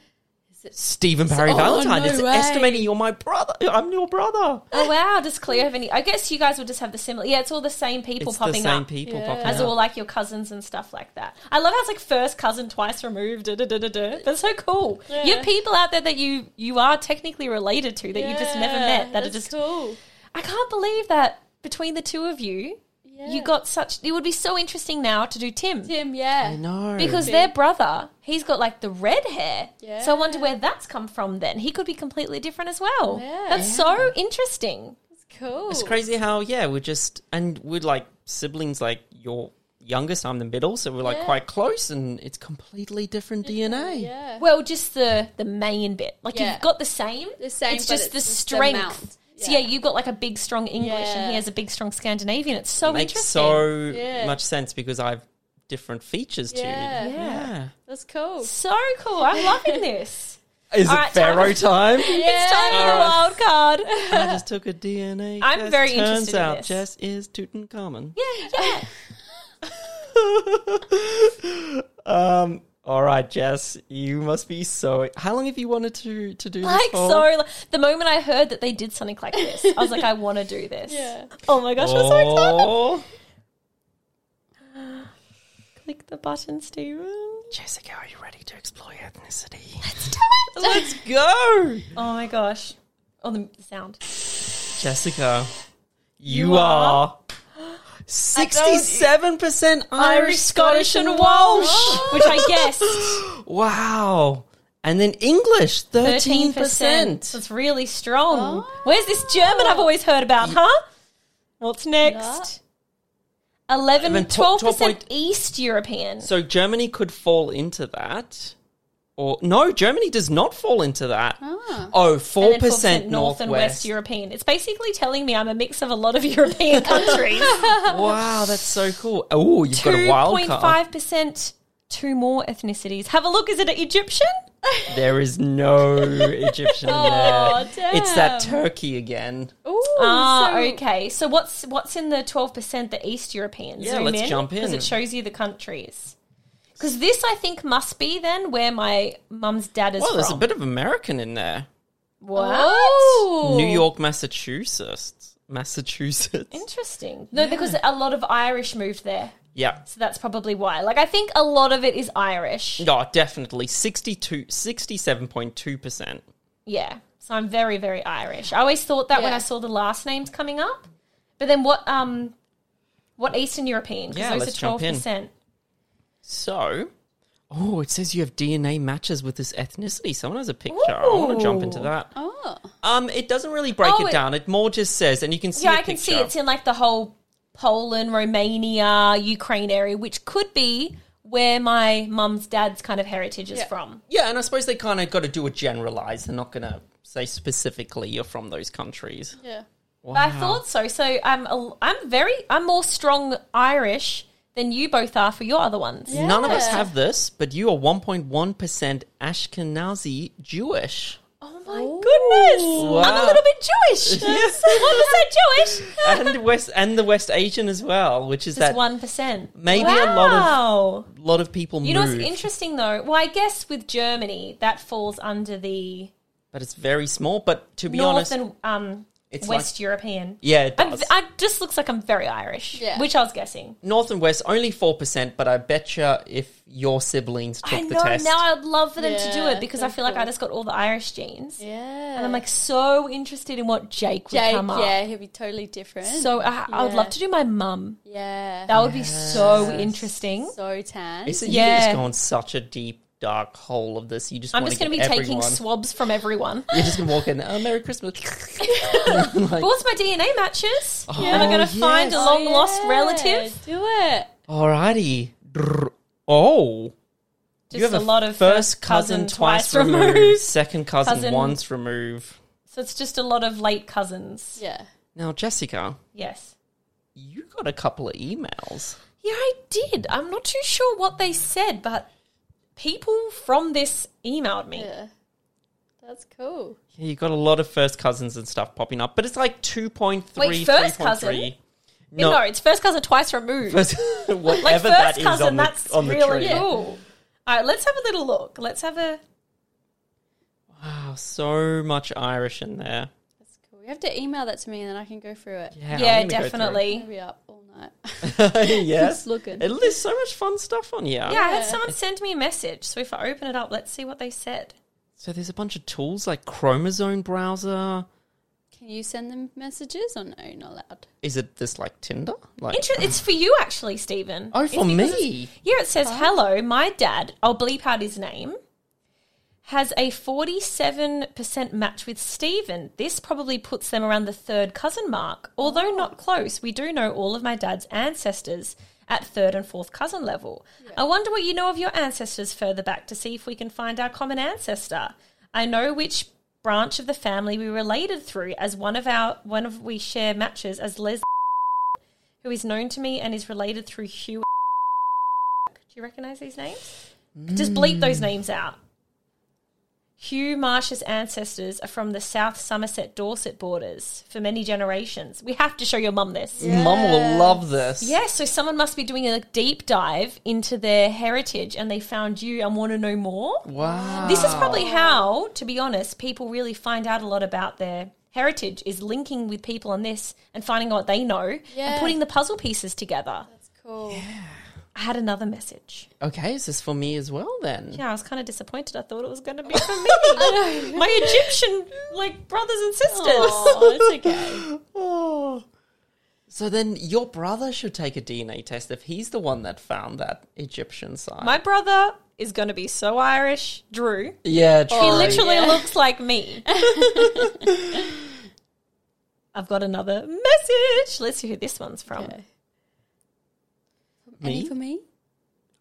[SPEAKER 3] Stephen Barry
[SPEAKER 4] Oh,
[SPEAKER 3] Valentine.
[SPEAKER 4] no
[SPEAKER 3] it's
[SPEAKER 4] way.
[SPEAKER 3] estimating you're my brother. I'm your brother.
[SPEAKER 2] Oh wow, does Cleo have any? I guess you guys will just have the similar. Yeah, it's all the same people
[SPEAKER 3] It's the
[SPEAKER 2] popping
[SPEAKER 3] same
[SPEAKER 2] up.
[SPEAKER 3] people
[SPEAKER 4] Yeah.
[SPEAKER 3] popping
[SPEAKER 2] As
[SPEAKER 3] up.
[SPEAKER 2] all like your cousins and stuff like that. I love how it's like first cousin twice removed. Da, da, da, da, da. That's so cool. You have people out there that you you are technically related to that you just never met. That are
[SPEAKER 4] That's
[SPEAKER 2] just
[SPEAKER 4] cool.
[SPEAKER 2] I can't believe that between the two of you, you
[SPEAKER 4] Yeah.
[SPEAKER 2] got such. It would be so interesting now to do Tim.
[SPEAKER 4] Tim, yeah.
[SPEAKER 3] no,
[SPEAKER 2] Because their brother, he's got like the red hair.
[SPEAKER 4] Yeah.
[SPEAKER 2] So I wonder where that's come from then. He could be completely different as well.
[SPEAKER 4] Yeah.
[SPEAKER 2] That's so interesting.
[SPEAKER 4] It's cool.
[SPEAKER 3] it's crazy how yeah we're just and we're like siblings. Like you're youngest, I'm the middle, so we're like
[SPEAKER 4] Yeah.
[SPEAKER 3] quite close, and it's completely different DNA.
[SPEAKER 4] Yeah.
[SPEAKER 2] Well, just the the main bit. Like
[SPEAKER 4] Yeah.
[SPEAKER 2] you've got the same.
[SPEAKER 4] The same,
[SPEAKER 2] It's
[SPEAKER 4] but
[SPEAKER 2] just
[SPEAKER 4] it's
[SPEAKER 2] the
[SPEAKER 4] just the
[SPEAKER 2] strength.
[SPEAKER 4] amount.
[SPEAKER 2] So yeah,
[SPEAKER 4] Yeah.
[SPEAKER 2] you've got like a big strong English and
[SPEAKER 4] Yeah.
[SPEAKER 2] he has a big strong Scandinavian. It's so
[SPEAKER 3] Makes
[SPEAKER 2] interesting.
[SPEAKER 3] so
[SPEAKER 4] Yeah.
[SPEAKER 3] much sense because I have different features too.
[SPEAKER 4] Yeah.
[SPEAKER 2] yeah.
[SPEAKER 3] Yeah.
[SPEAKER 4] That's cool.
[SPEAKER 2] So cool. I'm
[SPEAKER 4] (laughs)
[SPEAKER 2] loving this.
[SPEAKER 3] Is
[SPEAKER 2] All
[SPEAKER 3] it
[SPEAKER 2] right,
[SPEAKER 3] Pharaoh
[SPEAKER 2] (laughs)
[SPEAKER 3] time?
[SPEAKER 2] It's time for the wild card. (laughs)
[SPEAKER 3] I just took a DNA.
[SPEAKER 2] I'm
[SPEAKER 3] test.
[SPEAKER 2] very
[SPEAKER 3] Turns
[SPEAKER 2] interested in
[SPEAKER 3] out
[SPEAKER 2] this.
[SPEAKER 3] Jess is Tutankhamun.
[SPEAKER 2] yeah, yeah.
[SPEAKER 3] (laughs) um, All right, Jess, you must be so. How long have you wanted to to do
[SPEAKER 2] Like
[SPEAKER 3] this for?
[SPEAKER 2] so, like, the moment I heard that they did something like this, I was like, I want to do this.
[SPEAKER 4] Yeah.
[SPEAKER 2] Oh my gosh, I'm so excited!
[SPEAKER 3] Oh,
[SPEAKER 2] Click the button, Steven.
[SPEAKER 3] Jessica, are you ready to explore your ethnicity? Let's do it. Let's go,
[SPEAKER 2] Oh my gosh. Oh, the the sound.
[SPEAKER 3] Jessica. You,
[SPEAKER 2] You
[SPEAKER 3] are
[SPEAKER 2] are (gasps) e-
[SPEAKER 3] sixty-seven percent Irish, Scottish, and Welsh.
[SPEAKER 2] Which I guessed
[SPEAKER 3] Wow. And then English,
[SPEAKER 2] 13%.
[SPEAKER 3] 13%.
[SPEAKER 2] That's really strong. Where's this German I've always heard about, huh? What's next? 11,
[SPEAKER 3] Eleven, tw-
[SPEAKER 2] 12%
[SPEAKER 3] point-
[SPEAKER 2] East European.
[SPEAKER 3] So Germany could fall into that. Or no, Germany does not fall into that. Oh, 4%
[SPEAKER 2] Ah. and then 4%
[SPEAKER 3] Northwest.
[SPEAKER 2] North and West European. It's basically telling me I'm a mix of a lot of (laughs) European countries.
[SPEAKER 3] Wow, that's so cool. Oh, you've got a wild card.
[SPEAKER 2] 2.5% two more ethnicities. Have a look. Is it Egyptian? (laughs)
[SPEAKER 3] There is no Egyptian
[SPEAKER 4] Oh,
[SPEAKER 3] there. It's that Turkey again.
[SPEAKER 4] Ooh,
[SPEAKER 3] (laughs)
[SPEAKER 2] Ah,
[SPEAKER 4] so-
[SPEAKER 2] okay. So what's what's in the twelve percent? The East Europeans.
[SPEAKER 3] Yeah, let's jump in.
[SPEAKER 2] because it shows you the countries. Because this, I think, must be then where my mum's dad is
[SPEAKER 3] Well, there's a
[SPEAKER 2] from.
[SPEAKER 3] bit of American in there.
[SPEAKER 2] what?
[SPEAKER 4] Oh.
[SPEAKER 3] New York, Massachusetts. Massachusetts.
[SPEAKER 2] Interesting. No, because a lot of Irish moved there,
[SPEAKER 3] Yeah.
[SPEAKER 2] so that's probably why. Like, I think a lot of it is Irish.
[SPEAKER 3] Oh, definitely. 62, 67.2%.
[SPEAKER 2] Yeah. So I'm very, very Irish. I always thought that when
[SPEAKER 4] Yeah.
[SPEAKER 2] I saw the last names coming up. But then what? Um, what Eastern European? 'Cause
[SPEAKER 3] Yeah,
[SPEAKER 2] those
[SPEAKER 3] let's
[SPEAKER 2] are
[SPEAKER 3] jump
[SPEAKER 2] twelve
[SPEAKER 3] in.
[SPEAKER 2] percent.
[SPEAKER 3] So, oh, it says you have DNA matches with this ethnicity. Someone has a picture. I want to jump into
[SPEAKER 2] Ooh.
[SPEAKER 3] that.
[SPEAKER 4] Oh.
[SPEAKER 3] Um, it doesn't really break
[SPEAKER 2] Oh,
[SPEAKER 3] it
[SPEAKER 2] it-
[SPEAKER 3] down. It more just says, and you can see.
[SPEAKER 2] yeah,
[SPEAKER 3] a
[SPEAKER 2] I can see
[SPEAKER 3] picture.
[SPEAKER 2] it's in like the whole Poland, Romania, Ukraine area, which could be where my mum's dad's kind of heritage is
[SPEAKER 4] Yeah.
[SPEAKER 2] from.
[SPEAKER 3] Yeah, and I suppose they kind of got to do a generalized. They're not going to say specifically you're from those countries.
[SPEAKER 4] Yeah.
[SPEAKER 2] But I thought so. So I'm a, I'm very I'm more strong Irish than you both are for your other ones.
[SPEAKER 3] None of us
[SPEAKER 4] Yeah.
[SPEAKER 3] have this, but you are 1.1% Ashkenazi Jewish.
[SPEAKER 2] Oh my goodness! I'm
[SPEAKER 3] Wow.
[SPEAKER 2] a little bit
[SPEAKER 3] (laughs)
[SPEAKER 2] Jewish. One percent Jewish.
[SPEAKER 3] and West and the West Asian as well, which is
[SPEAKER 2] Just
[SPEAKER 3] that
[SPEAKER 2] one percent.
[SPEAKER 3] maybe a lot of-
[SPEAKER 2] Wow.
[SPEAKER 3] a lot of people
[SPEAKER 2] You know
[SPEAKER 3] move,
[SPEAKER 2] what's interesting though? Well, I guess with Germany that falls under the
[SPEAKER 3] but it's very small. But to be
[SPEAKER 2] North
[SPEAKER 3] honest,
[SPEAKER 2] and um,
[SPEAKER 3] It's
[SPEAKER 2] West European.
[SPEAKER 3] yeah, it
[SPEAKER 2] I'm,
[SPEAKER 3] does.
[SPEAKER 2] I just looks like I'm very Irish,
[SPEAKER 4] Yeah.
[SPEAKER 2] which I was guessing.
[SPEAKER 3] North and West only four percent, but I bet you if your siblings took
[SPEAKER 2] I
[SPEAKER 3] the
[SPEAKER 2] know.
[SPEAKER 3] test,
[SPEAKER 2] Now I'd love for them to do
[SPEAKER 4] Yeah,
[SPEAKER 2] it because I
[SPEAKER 4] that's
[SPEAKER 2] feel like I
[SPEAKER 4] cool.
[SPEAKER 2] just got all the Irish genes,
[SPEAKER 4] Yeah.
[SPEAKER 2] and I'm like so interested in what Jake would
[SPEAKER 4] Jake,
[SPEAKER 2] come up.
[SPEAKER 4] yeah, he'll be totally different.
[SPEAKER 2] So I, I would
[SPEAKER 4] Yeah.
[SPEAKER 2] love to do my mum.
[SPEAKER 4] yeah.
[SPEAKER 2] That would be so interesting.
[SPEAKER 4] so tan.
[SPEAKER 3] it's you
[SPEAKER 2] Yeah.
[SPEAKER 3] just gone such a deep dark hole of this. You just
[SPEAKER 2] I'm just
[SPEAKER 3] going to
[SPEAKER 2] be
[SPEAKER 3] get
[SPEAKER 2] taking
[SPEAKER 3] everyone-
[SPEAKER 2] swabs from everyone.
[SPEAKER 3] (laughs) You're just going to walk in. Oh, Merry
[SPEAKER 2] (laughs)
[SPEAKER 3] Christmas! (laughs)
[SPEAKER 2] But what's my DNA matches? Am I
[SPEAKER 3] Oh,
[SPEAKER 2] going to find a
[SPEAKER 3] yes.
[SPEAKER 2] long lost
[SPEAKER 4] Yeah,
[SPEAKER 2] relative?
[SPEAKER 4] Do it.
[SPEAKER 3] Alrighty. Drrr. Oh,
[SPEAKER 2] Just a lot of first cousin, twice
[SPEAKER 3] removed,
[SPEAKER 2] (laughs) removed.
[SPEAKER 3] second cousin,
[SPEAKER 2] Cousin-
[SPEAKER 3] once removed.
[SPEAKER 2] So it's just a lot of late cousins.
[SPEAKER 4] Yeah.
[SPEAKER 3] Now, Jessica,
[SPEAKER 2] Yes.
[SPEAKER 3] you got a couple of emails.
[SPEAKER 2] Yeah, I did. I'm not too sure what they said, but people from this emailed me.
[SPEAKER 4] Yeah. That's cool.
[SPEAKER 3] Yeah, you got a lot of first cousins and stuff popping up, but it's like two point three.
[SPEAKER 2] Wait, first cousin? No. it's first cousin twice
[SPEAKER 3] (laughs)
[SPEAKER 2] removed.
[SPEAKER 3] First- whatever
[SPEAKER 2] like
[SPEAKER 3] that
[SPEAKER 2] first
[SPEAKER 3] is
[SPEAKER 2] cousin,
[SPEAKER 3] on the,
[SPEAKER 2] that's
[SPEAKER 3] on the
[SPEAKER 2] really
[SPEAKER 3] tree.
[SPEAKER 2] cool. All right, let's have a little look. Let's have a.
[SPEAKER 3] Wow, Oh, so much Irish in there.
[SPEAKER 4] That's cool. You have to email that to me and then I can go through it.
[SPEAKER 3] I'm
[SPEAKER 2] yeah,
[SPEAKER 3] gonna go
[SPEAKER 2] definitely.
[SPEAKER 4] I'll be up all night. (laughs)
[SPEAKER 3] through it. (laughs) yes,
[SPEAKER 2] (laughs)
[SPEAKER 4] Just looking.
[SPEAKER 3] It lists so much fun stuff on here.
[SPEAKER 2] Yeah, I had
[SPEAKER 4] Oh, Yeah.
[SPEAKER 2] someone send me a message. So if I open it up, let's see what they said.
[SPEAKER 3] So there's a bunch of tools like chromosome browser.
[SPEAKER 4] Can you send them messages or no? Not allowed.
[SPEAKER 3] Is it this like Tinder? Like
[SPEAKER 2] Inter- it's for you, actually, Stephen.
[SPEAKER 3] oh,
[SPEAKER 2] It's
[SPEAKER 3] for
[SPEAKER 2] because
[SPEAKER 3] me.
[SPEAKER 2] Here it says, "Hello, my dad. I'll bleep out his name." Has a forty-seven percent match with Stephen. This probably puts them around the third cousin mark. Although not close, we do know all of my dad's ancestors at third and fourth cousin level. I wonder what you know of your ancestors further back to see if we can find our common ancestor. I know which branch of the family we related through, as one of our one of we share matches as Les, who is known to me and is related through Hugh. Do you recognize these names? Just bleep those names out. Hugh Marsh's ancestors are from the South Somerset Dorset borders for many generations. We have to show your mum this. Yeah.
[SPEAKER 3] Mum will love this.
[SPEAKER 2] so someone must be doing a deep dive into their heritage and they found you and want to know more.
[SPEAKER 3] Wow.
[SPEAKER 2] This is probably how, to be honest, people really find out a lot about their heritage is linking with people on this and finding out what they know
[SPEAKER 4] Yeah.
[SPEAKER 2] and putting the puzzle pieces together.
[SPEAKER 4] That's cool.
[SPEAKER 2] I had another message.
[SPEAKER 3] Okay, is this for me as well then?
[SPEAKER 2] Yeah, I was kind of disappointed. I thought it was going to be for
[SPEAKER 4] (laughs)
[SPEAKER 2] me. My Egyptian like brothers and sisters.
[SPEAKER 4] Oh, it's okay.
[SPEAKER 3] (laughs) Oh. So then your brother should take a DNA test if he's the one that found that Egyptian sign.
[SPEAKER 2] (laughs) My brother is going to be so Irish, Drew.
[SPEAKER 3] yeah, true.
[SPEAKER 2] He literally
[SPEAKER 4] Oh, yeah.
[SPEAKER 2] looks like
[SPEAKER 4] (laughs)
[SPEAKER 2] me. I've got another message. Let's see who this one's from.
[SPEAKER 4] Okay.
[SPEAKER 3] Me?
[SPEAKER 4] Any for me?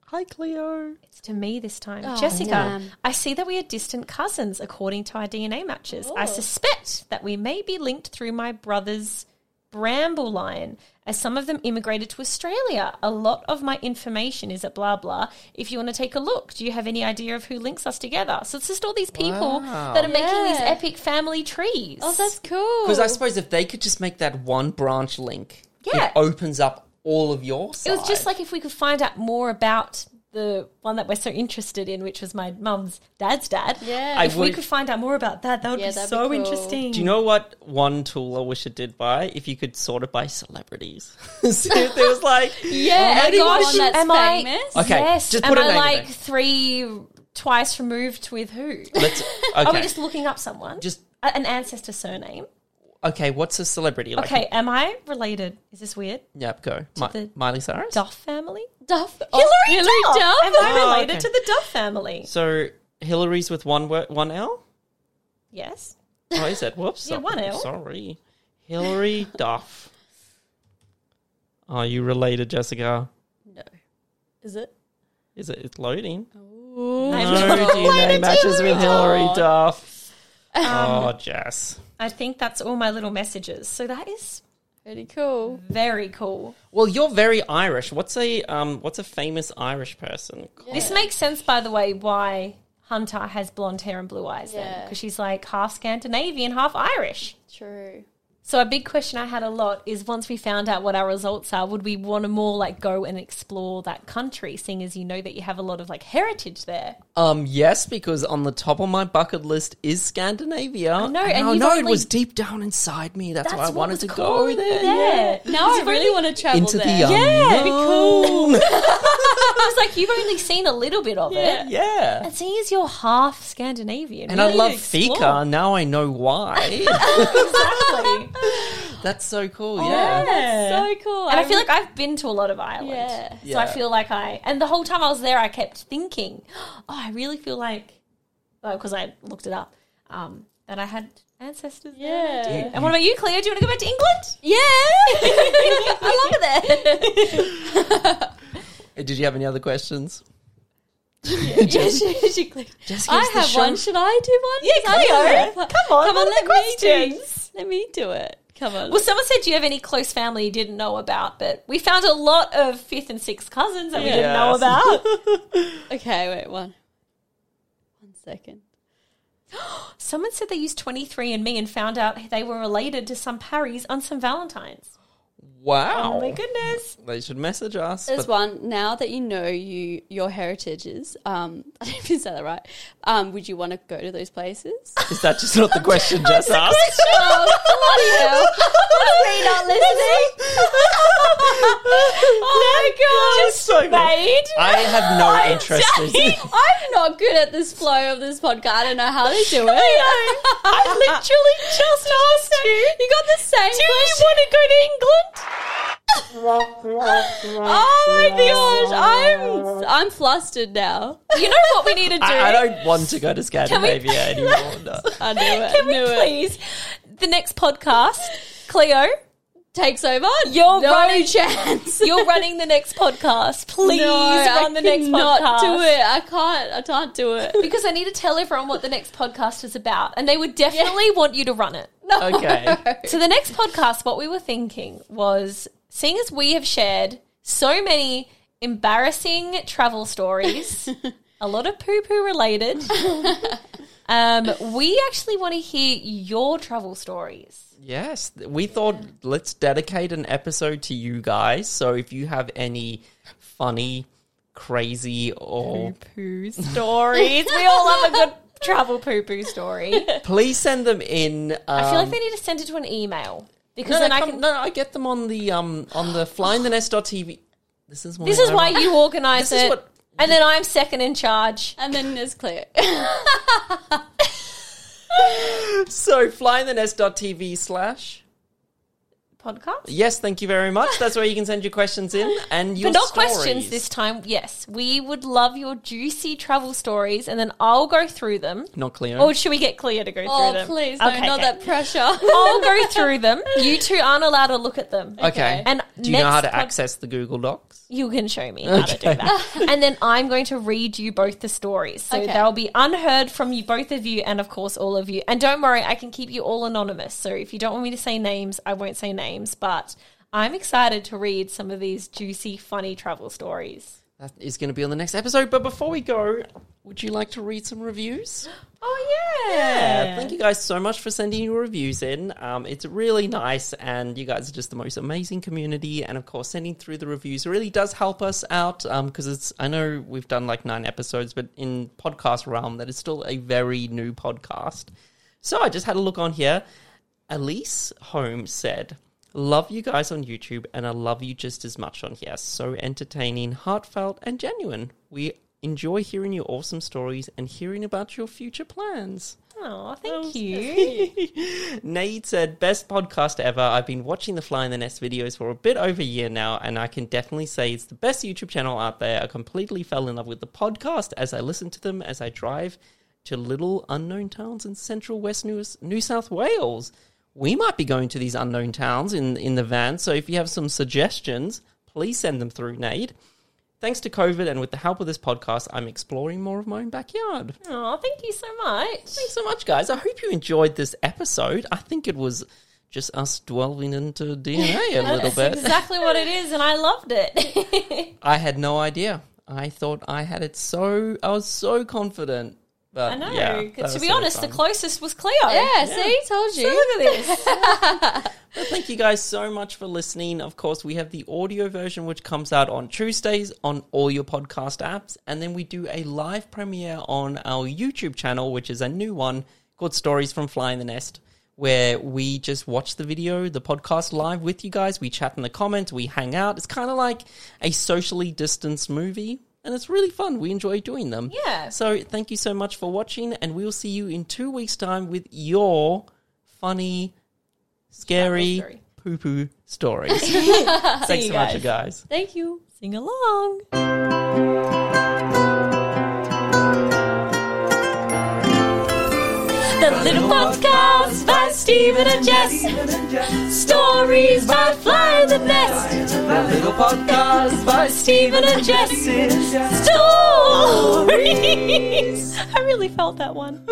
[SPEAKER 3] Hi, Cleo.
[SPEAKER 2] It's to me this time.
[SPEAKER 4] Oh,
[SPEAKER 2] Jessica,
[SPEAKER 4] damn.
[SPEAKER 2] I see that we are distant cousins according to our DNA matches. I
[SPEAKER 4] Oh.
[SPEAKER 2] suspect that we may be linked through my brother's bramble line, as some of them immigrated to Australia. A lot of my information is at blah blah. If you want to take a look, do you have any idea of who links us together? So it's just all these people
[SPEAKER 3] Wow.
[SPEAKER 2] that are making these
[SPEAKER 4] Yeah.
[SPEAKER 2] epic family trees.
[SPEAKER 4] Oh, that's cool.
[SPEAKER 3] Because I suppose if they could just make that one branch link,
[SPEAKER 2] Yeah.
[SPEAKER 3] it opens up all of your side.
[SPEAKER 2] It was just like if we could find out more about the one that we're so interested in, which was my mum's dad's dad.
[SPEAKER 4] Yeah.
[SPEAKER 3] I
[SPEAKER 2] If we
[SPEAKER 3] would-
[SPEAKER 2] could find out more about that, that would
[SPEAKER 4] Yeah,
[SPEAKER 2] be
[SPEAKER 4] that'd be
[SPEAKER 2] so
[SPEAKER 4] cool.
[SPEAKER 2] interesting.
[SPEAKER 3] Do you know what one tool I wish it did by? If you could sort it by celebrities. (laughs) See if there was
[SPEAKER 2] (laughs)
[SPEAKER 3] like
[SPEAKER 4] yeah,
[SPEAKER 3] my
[SPEAKER 4] anyone
[SPEAKER 3] gosh,
[SPEAKER 4] that's
[SPEAKER 2] Oh, am I-
[SPEAKER 4] famous.
[SPEAKER 3] Okay,
[SPEAKER 2] yes.
[SPEAKER 3] just
[SPEAKER 2] Am
[SPEAKER 3] put a
[SPEAKER 2] I
[SPEAKER 3] name in
[SPEAKER 2] like
[SPEAKER 3] there.
[SPEAKER 2] three twice removed with who?
[SPEAKER 3] let's
[SPEAKER 2] (laughs) Are we
[SPEAKER 3] okay.
[SPEAKER 2] just looking up someone?
[SPEAKER 3] Just-
[SPEAKER 2] A- an ancestor surname.
[SPEAKER 3] okay, what's a celebrity like?
[SPEAKER 2] Okay, am I related? Is this weird?
[SPEAKER 3] Yep, go. Mi-
[SPEAKER 2] the-
[SPEAKER 3] Miley Cyrus?
[SPEAKER 2] Duff family?
[SPEAKER 4] Duff.
[SPEAKER 2] Hillary, Duff. Am I
[SPEAKER 3] Oh,
[SPEAKER 2] related
[SPEAKER 3] okay.
[SPEAKER 2] to the Duff family?
[SPEAKER 3] So Hillary's with one word, one L?
[SPEAKER 2] Yes.
[SPEAKER 3] Oh, is it? Whoops.
[SPEAKER 2] (laughs) Yeah,
[SPEAKER 3] I'm
[SPEAKER 2] one L.
[SPEAKER 3] Sorry. Hillary Duff. Are you related, Jessica?
[SPEAKER 4] No. Is it?
[SPEAKER 3] Is it it's loading?
[SPEAKER 2] I'm
[SPEAKER 3] No
[SPEAKER 2] not
[SPEAKER 3] DNA
[SPEAKER 2] related to Um,
[SPEAKER 3] matches with Hillary
[SPEAKER 2] (laughs)
[SPEAKER 4] Duff.
[SPEAKER 3] Duff. oh, Jess.
[SPEAKER 2] I think that's all my little messages. So that is
[SPEAKER 4] Pretty cool.
[SPEAKER 2] very cool.
[SPEAKER 3] Well, you're very Irish. What's a um? What's a famous Irish person? called?
[SPEAKER 2] This makes sense, by the way, why Hunter has blonde hair and blue eyes then,
[SPEAKER 4] Yeah.
[SPEAKER 2] because she's like half Scandinavian, half Irish.
[SPEAKER 4] True.
[SPEAKER 2] So a big question I had a lot is once we found out what our results are, would we want to more like go and explore that country, seeing as you know that you have a lot of like heritage there?
[SPEAKER 3] Um, yes, because on the top of my bucket list is Scandinavia. I
[SPEAKER 2] know, and
[SPEAKER 3] I
[SPEAKER 2] you've
[SPEAKER 3] know it
[SPEAKER 2] only-
[SPEAKER 3] was deep down inside me. That's, why I
[SPEAKER 2] what
[SPEAKER 3] wanted
[SPEAKER 2] was
[SPEAKER 3] to
[SPEAKER 2] calling
[SPEAKER 3] go
[SPEAKER 2] you
[SPEAKER 3] there.
[SPEAKER 2] (laughs)
[SPEAKER 4] Now I really want to travel
[SPEAKER 3] Into the
[SPEAKER 4] there.
[SPEAKER 2] Yeah, be
[SPEAKER 3] unknown.
[SPEAKER 2] I was like, you've only seen a little bit of
[SPEAKER 3] (laughs)
[SPEAKER 2] it.
[SPEAKER 3] yeah.
[SPEAKER 2] And seeing as you're half Scandinavian,
[SPEAKER 3] And
[SPEAKER 2] we
[SPEAKER 3] I
[SPEAKER 2] need to
[SPEAKER 3] love
[SPEAKER 2] explore.
[SPEAKER 3] Fika. Now I know why.
[SPEAKER 2] (laughs) Exactly.
[SPEAKER 3] That's so cool.
[SPEAKER 2] (laughs) yeah.
[SPEAKER 3] Yeah.
[SPEAKER 4] So cool.
[SPEAKER 2] And I feel like I've been to a lot of Ireland.
[SPEAKER 4] Yeah.
[SPEAKER 2] So I
[SPEAKER 3] Yeah.
[SPEAKER 2] feel like I, and the whole time I was there, I kept thinking, (gasps) oh, I really feel like, because I looked it up, um, that I had ancestors there. and I
[SPEAKER 4] Yeah.
[SPEAKER 2] did. And what about you, Cleo? Do you want to go back to England?
[SPEAKER 4] Yeah. I love it there.
[SPEAKER 3] Uh, Did you have any other questions?
[SPEAKER 4] (laughs) Yeah, she, she clicked.
[SPEAKER 3] Jessica,
[SPEAKER 4] I
[SPEAKER 3] it's the
[SPEAKER 4] have
[SPEAKER 3] show-
[SPEAKER 4] one. Should I do one?
[SPEAKER 2] Yeah,
[SPEAKER 4] Because I
[SPEAKER 2] Cleo,
[SPEAKER 4] don't know.
[SPEAKER 2] come on, what are the
[SPEAKER 4] let me do-
[SPEAKER 2] questions?
[SPEAKER 4] let me do it. Come on.
[SPEAKER 2] Well, someone said, do you have any close family you didn't know about? But we found a lot of fifth and sixth cousins that we didn't know
[SPEAKER 3] Yes.
[SPEAKER 2] (laughs) about.
[SPEAKER 4] Okay, wait, one. One second.
[SPEAKER 2] someone said they used 23andMe and found out they were related to some Parries on some Valentines.
[SPEAKER 3] Wow.
[SPEAKER 2] Oh my goodness.
[SPEAKER 3] They should message us.
[SPEAKER 4] There's
[SPEAKER 3] but-
[SPEAKER 4] one. Now that you know you your heritage is, um, (laughs) I don't know if you said that right. Um, would you want to go to those places?
[SPEAKER 3] Is that just
[SPEAKER 2] (laughs)
[SPEAKER 3] not the question Jess asked? (laughs)
[SPEAKER 4] oh,
[SPEAKER 2] Are you not listening? oh (laughs) my god!
[SPEAKER 3] Just so good.
[SPEAKER 2] made.
[SPEAKER 3] I
[SPEAKER 2] (laughs)
[SPEAKER 3] have no interest in
[SPEAKER 4] bloody hell. I'm not good at this flow of this podcast. I don't know how they do it.
[SPEAKER 2] I literally just asked you.
[SPEAKER 4] You got the same
[SPEAKER 2] Do you
[SPEAKER 4] question.
[SPEAKER 2] want to go to England?
[SPEAKER 4] Oh my gosh, I'm I'm flustered now.
[SPEAKER 2] You know what we need (laughs) to do?
[SPEAKER 3] I, I don't want to go to Scandinavia
[SPEAKER 2] (laughs)
[SPEAKER 3] anymore. No.
[SPEAKER 4] I knew it.
[SPEAKER 2] Can we
[SPEAKER 4] knew it.
[SPEAKER 2] please? The next podcast, Cleo,
[SPEAKER 4] Takes over.
[SPEAKER 2] You're
[SPEAKER 4] no
[SPEAKER 2] running-
[SPEAKER 4] chance.
[SPEAKER 2] you're running the next podcast. Please
[SPEAKER 4] no,
[SPEAKER 2] run
[SPEAKER 4] I
[SPEAKER 2] the next
[SPEAKER 4] cannot
[SPEAKER 2] podcast.
[SPEAKER 4] do it. I can't. I can't do it.
[SPEAKER 2] Because I need to tell everyone what the next podcast is about, and they would definitely want you to run it.
[SPEAKER 4] No.
[SPEAKER 3] Okay.
[SPEAKER 2] So the next podcast, what we were thinking was seeing as we have shared so many (laughs) embarrassing travel stories, a lot of poo poo related. Um, we actually want to hear your travel stories.
[SPEAKER 3] Yes, we thought let's dedicate an episode to you guys. So if you have any funny, crazy, or
[SPEAKER 2] Poo stories. we all love a good travel poo poo story. (laughs)
[SPEAKER 3] please send them in. Um,
[SPEAKER 2] I feel like they need to send it to an email because
[SPEAKER 3] no, no,
[SPEAKER 2] then I
[SPEAKER 3] come-
[SPEAKER 2] can.
[SPEAKER 3] no, no, I get them on the um on the flyinthernest.tv. (laughs) This is why
[SPEAKER 2] Oh. This is
[SPEAKER 3] I-
[SPEAKER 2] why you organise
[SPEAKER 3] This is
[SPEAKER 2] it,
[SPEAKER 3] what-
[SPEAKER 2] and then I'm second in charge.
[SPEAKER 4] And then there's Claire.
[SPEAKER 3] So flyinthernest.tv slash.
[SPEAKER 2] Podcast,
[SPEAKER 3] Yes, thank you very much. That's where you can send your questions in and your
[SPEAKER 2] but not
[SPEAKER 3] stories.
[SPEAKER 2] questions this time. Yes, we would love your juicy travel stories, and then I'll go through them.
[SPEAKER 3] Not clear.
[SPEAKER 2] Or should we get Clea to go
[SPEAKER 4] oh,
[SPEAKER 2] through them?
[SPEAKER 4] please, no,
[SPEAKER 2] Okay,
[SPEAKER 4] not
[SPEAKER 2] okay.
[SPEAKER 4] that (laughs) pressure.
[SPEAKER 2] I'll go through them. You two aren't allowed to look at them.
[SPEAKER 3] okay.
[SPEAKER 2] And
[SPEAKER 3] do you know how to
[SPEAKER 2] next pod-
[SPEAKER 3] access the Google Docs?
[SPEAKER 2] You can show me how to do that. (laughs) and then I'm going to read you both the stories. So
[SPEAKER 4] Okay.
[SPEAKER 2] they'll be unheard from you, both of you, and of course, all of you. And don't worry, I can keep you all anonymous. So if you don't want me to say names, I won't say names. But I'm excited to read some of these juicy, funny travel stories.
[SPEAKER 3] That is going to be on the next episode. But before we go, would you like to read some reviews?
[SPEAKER 2] Oh, yeah.
[SPEAKER 3] Yeah, thank you guys so much for sending your reviews in. Um, it's really nice, and you guys are just the most amazing community. And of course, sending through the reviews really does help us out because it's. I know we've done like nine episodes, but in podcast realm, that is still a very new podcast. So I just had a look on here. Elise Holmes said, Love you guys on YouTube, and I love you just as much on here. So entertaining, heartfelt, and genuine. We enjoy hearing your awesome stories and hearing about your future plans.
[SPEAKER 2] Oh, thank (laughs) you.
[SPEAKER 3] Nade said, Best podcast ever. I've been watching the Fly in the Nest videos for a bit over a year now, and I can definitely say it's the best YouTube channel out there. I completely fell in love with the podcast as I listen to them as I drive to little unknown towns in central west New, New South Wales. We might be going to these unknown towns in, in the van, so if you have some suggestions, please send them through, Nade. Thanks to COVID and with the help of this podcast, I'm exploring more of my own backyard.
[SPEAKER 2] Oh, thank you so much.
[SPEAKER 3] Thanks so much, guys. I hope you enjoyed this episode. I think it was just us delving into DNA
[SPEAKER 2] (laughs)
[SPEAKER 3] a little bit.
[SPEAKER 2] Exactly what it is, and I loved it.
[SPEAKER 3] I had no idea. I thought I had it so. I was so confident. But
[SPEAKER 2] I know. (laughs)
[SPEAKER 3] yeah, that
[SPEAKER 2] 'cause to
[SPEAKER 3] was
[SPEAKER 2] be
[SPEAKER 3] so
[SPEAKER 2] honest, the
[SPEAKER 3] fun.
[SPEAKER 2] closest was Cleo.
[SPEAKER 4] yeah, see, told
[SPEAKER 2] So
[SPEAKER 4] you.
[SPEAKER 2] look at this.
[SPEAKER 3] Thank you guys so much for listening. Of course, we have the audio version, which comes out on Tuesdays on all your podcast apps. And then we do a live premiere on our YouTube channel, which is a new one called Stories from Fly in the Nest, where we just watch the video, the podcast live with you guys. We chat in the comments, we hang out. It's kind of like a socially distanced movie. And it's really fun. We enjoy doing them.
[SPEAKER 2] Yeah.
[SPEAKER 3] So thank you so much for watching. And we'll see you in two weeks' time with your funny scary
[SPEAKER 2] story.
[SPEAKER 3] poo poo (laughs) stories. Thanks so much, you guys.
[SPEAKER 2] Thank you. Sing along. The Little Podcast by Stephen and Jess.
[SPEAKER 1] Stephen and Jess.
[SPEAKER 2] Stories by Fly in the Nest.
[SPEAKER 1] The little podcast by
[SPEAKER 2] By Stephen and Jess.
[SPEAKER 1] Stephen and Jess.
[SPEAKER 2] (laughs) Stories. I really felt that one.